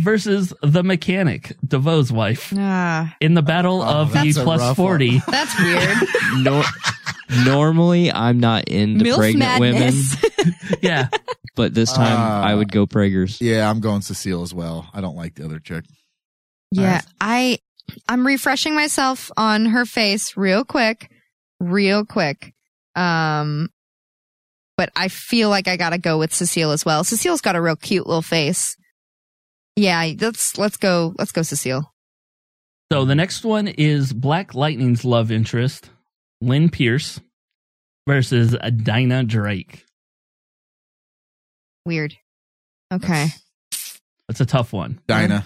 I: versus the mechanic, DeVoe's wife,
L: Ah.
I: in the battle of the
J: Oh, that's a
I: plus
J: rough one.
I: forty.
L: That's weird.
J: Nor- normally, I'm not into
L: MILF
J: pregnant
L: madness.
I: women. yeah.
J: But this time,
H: Ah.
J: I would go Prager's.
H: Yeah, I'm going Cecile as well. I don't like the other chick.
L: Yeah, I I'm refreshing myself on her face real quick, real quick. Um but I feel like I got to go with Cecile as well. Cecile's got a real cute little face. Yeah, let's let's go let's go Cecile.
I: So the next one is Black Lightning's love interest, Lynn Pierce, versus uh, Dinah Drake.
L: Weird. Okay.
I: That's a tough one.
H: Dinah.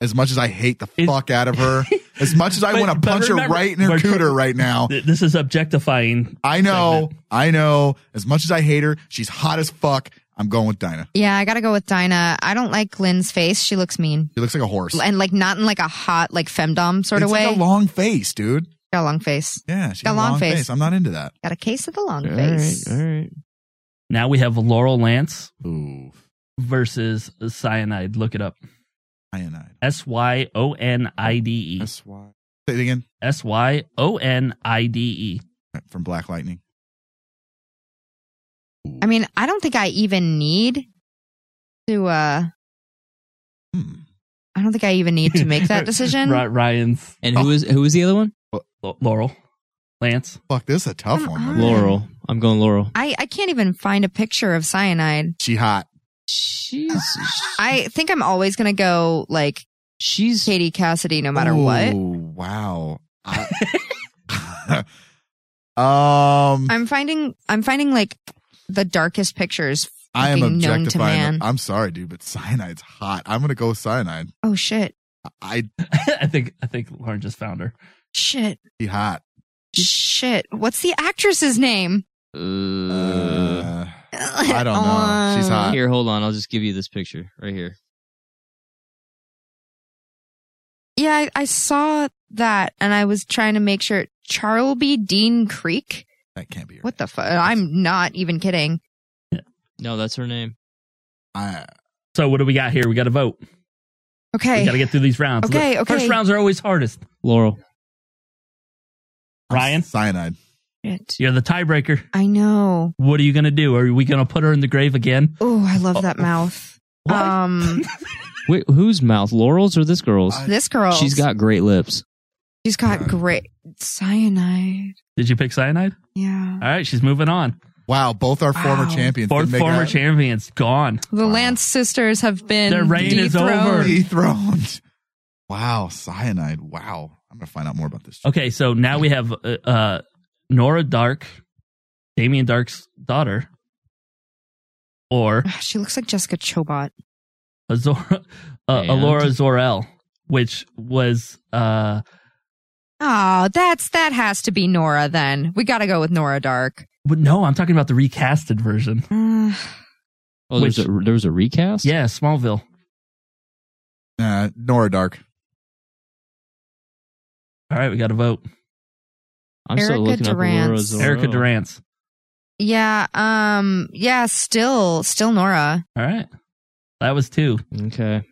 H: As much as I hate the fuck out of her, as much as I
I: But-
H: want
I: but
H: to punch her
I: remember-
H: right in her
I: but-
H: cooter right now,
I: Th- This is objectifying.
H: I know, I know. As much as I hate her, she's hot as fuck. I'm going with Dinah.
L: Yeah, I got to go with Dinah. I don't like Lynn's face. She looks mean.
H: She looks like a horse.
L: And like not in like a hot like femdom sort of
H: It's
L: way.
H: like a long face, dude.
L: got a long face.
H: Yeah, she
L: got a long, face.
H: I'm not into that.
L: got a case of the long face.
J: All right.
I: Now we have Laurel Lance
H: Ooh,
I: versus Cyanide. Look it up.
H: Cyanide.
I: S Y O N I D E. S
H: Y. Say it again.
I: S Y O N I D E.
H: From Black Lightning.
L: I mean, I don't think I even need to uh
H: Hmm.
L: I don't think I even need to make that decision.
I: Ry- Ryan's.
J: And
L: Oh.
J: who is who is the other one?
I: Laurel. Lance.
H: Fuck, this is a tough one.
L: Mm.
H: man.
J: Laurel. I'm going Laurel.
L: I, I can't even find a picture of cyanide.
H: She hot.
J: She's
L: I think I'm always gonna go like
J: she's
L: Katie Cassidy no matter
H: Ooh,
L: what.
H: Wow. um,
L: I'm finding I'm finding like the darkest picters
H: I am
L: fucking known to
H: objectifying.
L: man.
H: them. I'm sorry, dude, but cyanide's hot. I'm gonna go with cyanide.
L: oh shit.
H: I
I: I think I think Lauren just found her.
L: Shit.
H: be hot.
L: Shit. What's the actress's name?
J: Uh,
L: I
H: don't know. She's hot.
J: Here, hold on. I'll just give you this picture right here.
L: Yeah, I, I saw that and I was trying to make sure Charlby Dean Creek.
H: That can't be.
L: What the fuck? I'm not even kidding.
J: No, that's her name.
H: I,
I: So what do we got here? We got to vote.
L: Okay.
I: We got to get through these rounds.
L: Okay,
I: The
L: okay.
I: First rounds are always hardest.
J: Laurel.
I: Ryan?
H: Cyanide.
L: Shit.
I: You're the tiebreaker.
L: I know.
I: What are you going to do? Are we going to put her in the grave again?
L: Oh, I love that mouth. Um,
J: Wait, whose mouth? Laurel's or this girl's?
I: Uh,
L: This girl's.
J: She's got great lips.
L: she's got great cyanide.
I: Did you pick cyanide?
L: Yeah.
I: All right, she's moving on.
H: Wow, both our former
L: Wow.
H: champions
I: Fourth
H: didn't make
I: former
H: that.
I: champions gone.
L: The Lance sisters have been
I: Their reign is over.
L: dethroned.
H: Dethroned. Wow, cyanide. Wow. I'm going to find out more about this.
I: Okay, so now we have uh, uh, Nora Dark, Damien Dark's daughter, or
L: She looks like Jessica Chobot.
I: Azora, uh,
L: And?
I: Alora Zorel, which was uh,
L: Oh, that's that has to be Nora then. We got to go with Nora Dark.
I: but no, I'm talking about the recasted version.
L: Mm,
J: Oh, there's a, there was a recast?
I: Yeah, Smallville.
H: Uh, Nora Dark.
I: All right, we got to vote.
J: I'm
L: still Erica looking up Laura Durant's. Zorel.
J: Oh.
I: Erica Durant's.
L: yeah, um yeah, still still Nora.
I: All right. That was two.
J: Okay.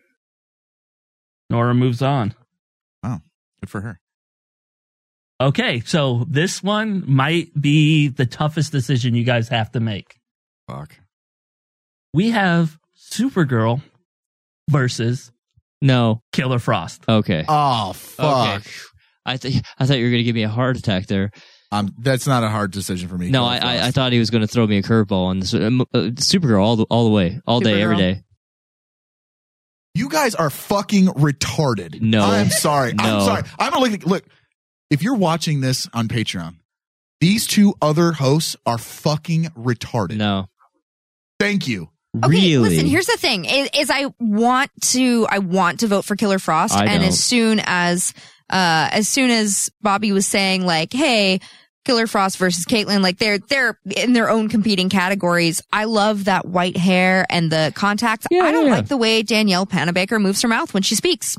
I: Nora moves on.
H: Wow. Good for her.
I: Okay, so this one might be the toughest decision you guys have to make.
H: Fuck.
I: We have Supergirl versus
J: No.
I: Killer Frost.
J: Okay.
H: Oh, fuck.
J: Okay. I, th- I thought you were going to give me a heart attack there.
H: Um, that's not a hard decision for me.
J: No, I, I, I thought he was going to throw me a curveball on this. Um, uh, Supergirl all the, all the way, all day, every
H: Supergirl.
J: day.
H: You guys are fucking retarded.
J: No.
H: I'm sorry. I'm
J: No.
H: sorry. I'm gonna look. Look, if you're watching this on Patreon, these two other hosts are fucking retarded.
J: No.
H: Thank you.
L: Okay, listen, here's the thing is, is I want to I want to vote for Killer Frost
H: I
L: and
H: don't.
L: as soon as uh as soon as Bobby was saying like, "Hey, Killer Frost versus Caitlyn, like they're they're in their own competing categories. I love that white hair and the contacts. I don't
J: yeah.
L: like the way Danielle Panabaker moves her mouth when she speaks.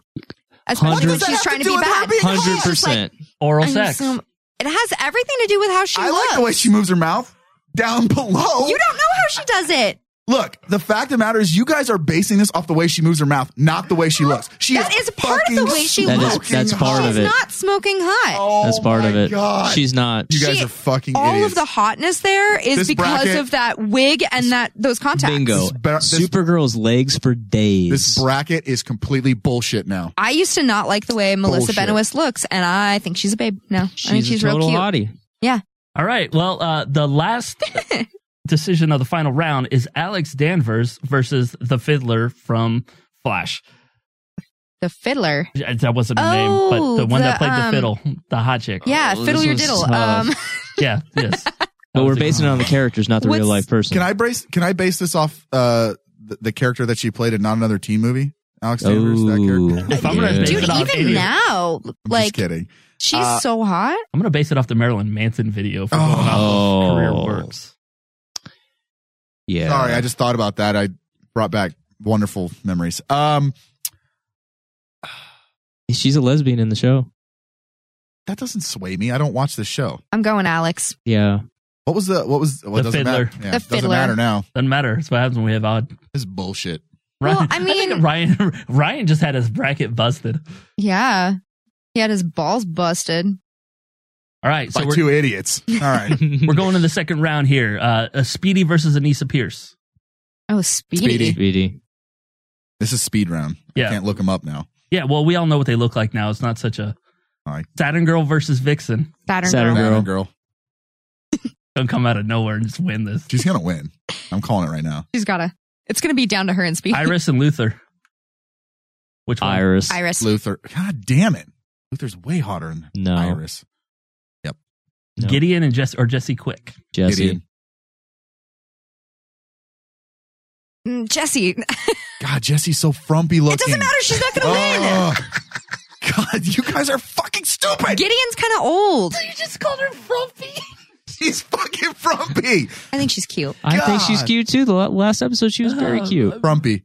L: Especially when
J: Hundred-
L: she's trying to be bad.
J: Hundred
L: It's like,
J: percent.
I: Oral
L: I'm so- it has everything to do with how she
H: I
L: looks.
H: like the way she moves her mouth down below.
L: You don't know how she does it.
H: Look, the fact of the matter is, you guys are basing this off the way she moves her mouth, not the way she looks. She
L: That is part of the
H: fucking
L: way she
J: That is-
L: looks.
J: that's part
L: She's
J: of it.
L: not smoking hot.
J: That's part of it.
H: Oh God.
J: She's not.
H: You guys
L: She-
H: are fucking
L: all
H: idiots.
L: of the hotness there is
H: This
L: because
H: bracket-
L: of that wig and that those contacts.
J: Bingo. Supergirl's legs for days.
H: this bracket is completely bullshit now.
L: I used to not like the way Melissa
H: Bullshit.
L: Benoist looks, and I think she's a babe. No, I mean
I: She's a
L: she's real
I: total
L: cute.
I: hottie.
L: Yeah,
I: All right. Well, uh, the last decision of the final round is Alex Danvers versus the Fiddler from Flash.
L: the fiddler.
I: That wasn't her name, but the
L: Oh,
I: one
L: the,
I: that played
L: um,
I: the fiddle, the hot
H: Oh,
I: chick.
L: Yeah, fiddle your diddle. Um,
I: yeah. Yes.
J: But we're basing it on the characters, not the real life person.
H: Can I base? Can I base this off uh, the, the character that she played in not another teen movie? Alex Danvers, that character.
I: If I'm gonna base
L: dude,
I: it on
L: even
I: any-
L: now, like
H: kidding.
L: she's
I: Uh,
L: so hot.
I: I'm gonna base it off the Marilyn Manson video for going off
J: Oh.
I: of career works.
J: Yeah.
H: Sorry, I just thought about that. I brought back wonderful memories. Um,
J: She's a lesbian in the show.
H: that doesn't sway me. I don't watch this show.
L: I'm going, Alex.
J: Yeah.
H: What was the? What was? What
I: The
H: doesn't
I: Fiddler.
H: matter. Yeah,
L: The
H: doesn't
L: Fiddler.
H: matter now.
I: Doesn't matter. That's what happens when we have odd.
H: This is bullshit.
I: Ryan,
L: Well, I
I: think
L: mean-
I: Ryan Ryan just had his bracket busted.
L: Yeah, he had his balls busted.
I: All right, so
H: By
I: we're
H: two idiots. All right.
I: we're going to the second round here. Uh, a Speedy versus Anissa Pierce.
L: Oh, speedy.
H: Speedy.
J: Speedy.
H: This is speed round.
I: Yeah.
H: I can't look them up now.
I: Yeah, well, we all know what they look like now. It's not such a
H: All right.
I: Saturn Girl versus Vixen.
L: Saturn, girl.
J: Saturn Girl.
H: Saturn girl.
I: Don't come out of nowhere and just win this.
H: She's gonna win. I'm calling it right now.
L: She's gotta. It's gonna be down to her and speedy.
I: Iris and Luther. Which one?
J: Iris.
L: Iris.
H: Luther. God damn it. Luther's way hotter than
J: No.
H: Iris. Yep.
J: No.
I: Gideon and Jess or Jesse Quick.
J: Jesse.
H: Gideon.
L: Mm, Jesse. It
H: God, Jesse's so frumpy looking.
L: doesn't matter. She's not gonna win.
H: Oh. God, you guys are fucking stupid.
L: Gideon's kind of old.
I: You just called her frumpy.
H: She's fucking frumpy.
L: I think she's cute.
J: I think she's
H: God.
J: cute too. The la- last episode, she was very
L: Oh.
I: Uh,
J: cute.
H: Frumpy.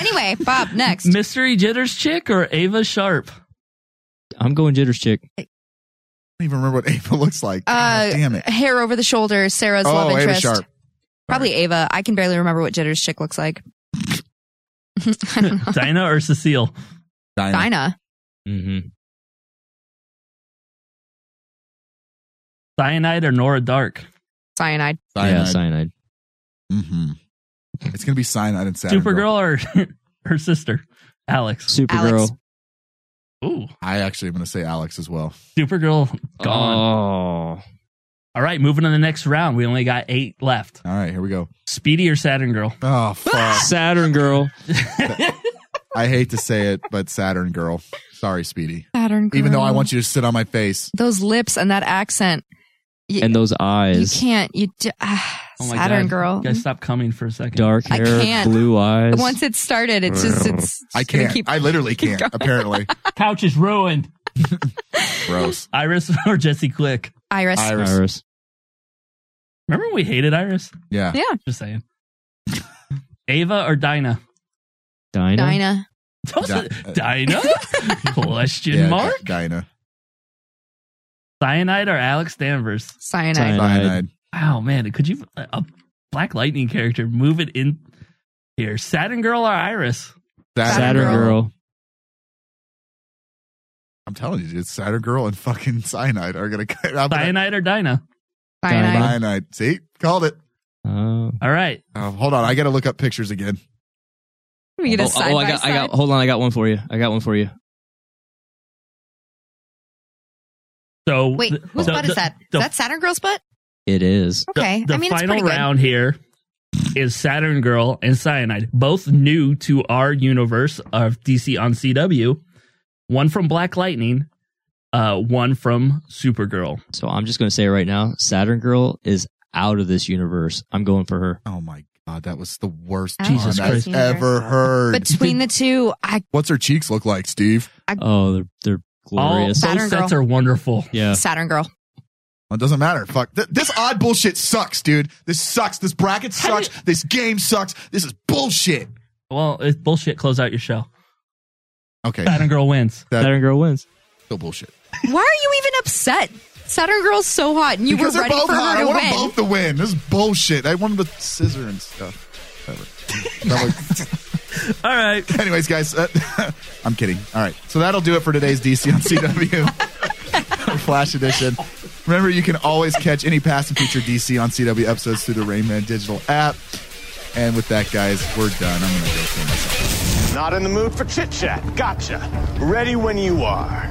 L: Anyway, Bob, next.
I: Mystery Jitters chick or Ava Sharp?
J: I'm going jitters chick.
H: I don't even remember what Ava looks like. God
L: Uh,
H: damn it.
L: Hair over the shoulder, Sarah's
H: Oh,
L: love
H: Ava
L: interest.
H: Sharp.
L: Probably Ava. I can barely remember what Jitter's chick looks like. I don't know.
I: Dinah or Cecile?
H: Dinah.
L: Dinah.
J: Mm-hmm.
I: Cyanide or Nora Dark?
L: Cyanide.
J: Yeah, cyanide.
H: Mm-hmm. It's gonna be cyanide and Saturn.
I: Supergirl or her sister, Alex.
J: Supergirl.
I: Ooh.
H: I actually am gonna say Alex as well.
I: Supergirl
L: Uh,
I: gone.
J: Oh.
I: All right, moving on to the next round. We only got eight left.
H: All right, here we go.
I: Speedy or Saturn Girl?
H: Oh
L: Ah!
H: fuck.
J: Saturn Girl.
H: I hate to say it, but Saturn Girl. Sorry, Speedy.
L: Saturn girl.
H: Even though I want you to sit on my face.
L: Those lips and that accent. You,
J: and those
L: you
J: eyes.
L: can't. You d- ah,
H: Oh
L: Saturn Girl.
I: Oh You guys stop coming for a second.
J: Dark
L: I
J: hair,
L: can't.
J: blue eyes.
L: Once it started, it's just it's.
H: I
L: gonna
H: can't.
L: Keep,
H: I literally can't, apparently.
I: Couch is ruined.
H: Gross.
I: Iris or Jesse Click?
L: Iris.
H: Iris.
J: Iris.
I: Remember when we hated Iris?
H: Yeah.
L: Yeah.
I: Just saying. Ava or Dinah?
J: Dinah.
L: Dinah.
I: Those
H: Di-
I: are- Dinah? Question
H: yeah,
I: mark?
H: Dinah.
I: Cyanide or Alex Danvers?
L: Cyanide.
J: Cyanide.
H: Cyanide.
I: Wow, man, could you uh, a Black Lightning character move it in here? Saturn Girl or Iris?
H: Saturn,
J: Saturn
L: Girl.
J: Girl.
H: I'm telling you, dude, Saturn Girl and fucking Cyanide are gonna. I'm gonna-
I: Cyanide or Dinah?
L: Cyanide.
J: Dinah.
H: Cyanide. See, called it.
J: Oh.
I: All right,
H: Oh, hold on, I gotta look up pictures again.
L: We get a
J: Oh,
L: side
J: oh,
L: by
J: I got,
L: side.
J: I got. Hold on, I got one for you. I got one for you.
I: so
L: Wait,
I: th-
L: whose
I: the-
L: butt
I: the-
L: is that?
I: the-
L: is that Saturn Girl's butt?
J: It is.
I: the-
L: Okay.
I: the
L: I mean, it's
I: final
L: pretty good.
I: round here is Saturn Girl and Cyanide, both new to our universe of DC on CW. One from Black Lightning, uh, one from Supergirl.
J: So I'm just going to say right now, Saturn Girl is out of this universe. I'm going for her.
H: Oh my god, that was the worst
L: Oh,
I: Jesus
H: pun I've
I: Christ.
H: ever heard.
L: Between the two, I
H: What's her cheeks look like, Steve?
J: Oh, they're they're glorious.
I: All
L: Saturn
I: both sets
L: Girl.
I: are wonderful.
J: yeah.
L: Saturn Girl.
H: Well, it doesn't matter. Fuck. Th- this odd bullshit sucks, dude. This sucks. This bracket sucks. This game sucks. This is bullshit.
I: Well, it's bullshit. Close out your show.
H: Okay.
I: Saturn Girl wins.
H: That-
J: Saturn Girl wins.
H: Still bullshit.
L: Why are you even upset? Saturn Girl's so hot, and you
H: because they're
L: were ready
H: both
L: for
H: hot. I
L: her to
H: want
L: win.
H: them both to win. This is bullshit. I wanted the scissor and stuff. Whatever. That was-
I: All right.
H: Anyways, guys, uh, I'm kidding. All right. So that'll do it for today's DC on CW. Flash Edition. Remember, you can always catch any past and future DC on CW episodes through the Rayman digital app. And with that, guys, we're done. I'm going to go kill myself.
B: Not in the mood for chit chat. Gotcha. Ready when you are.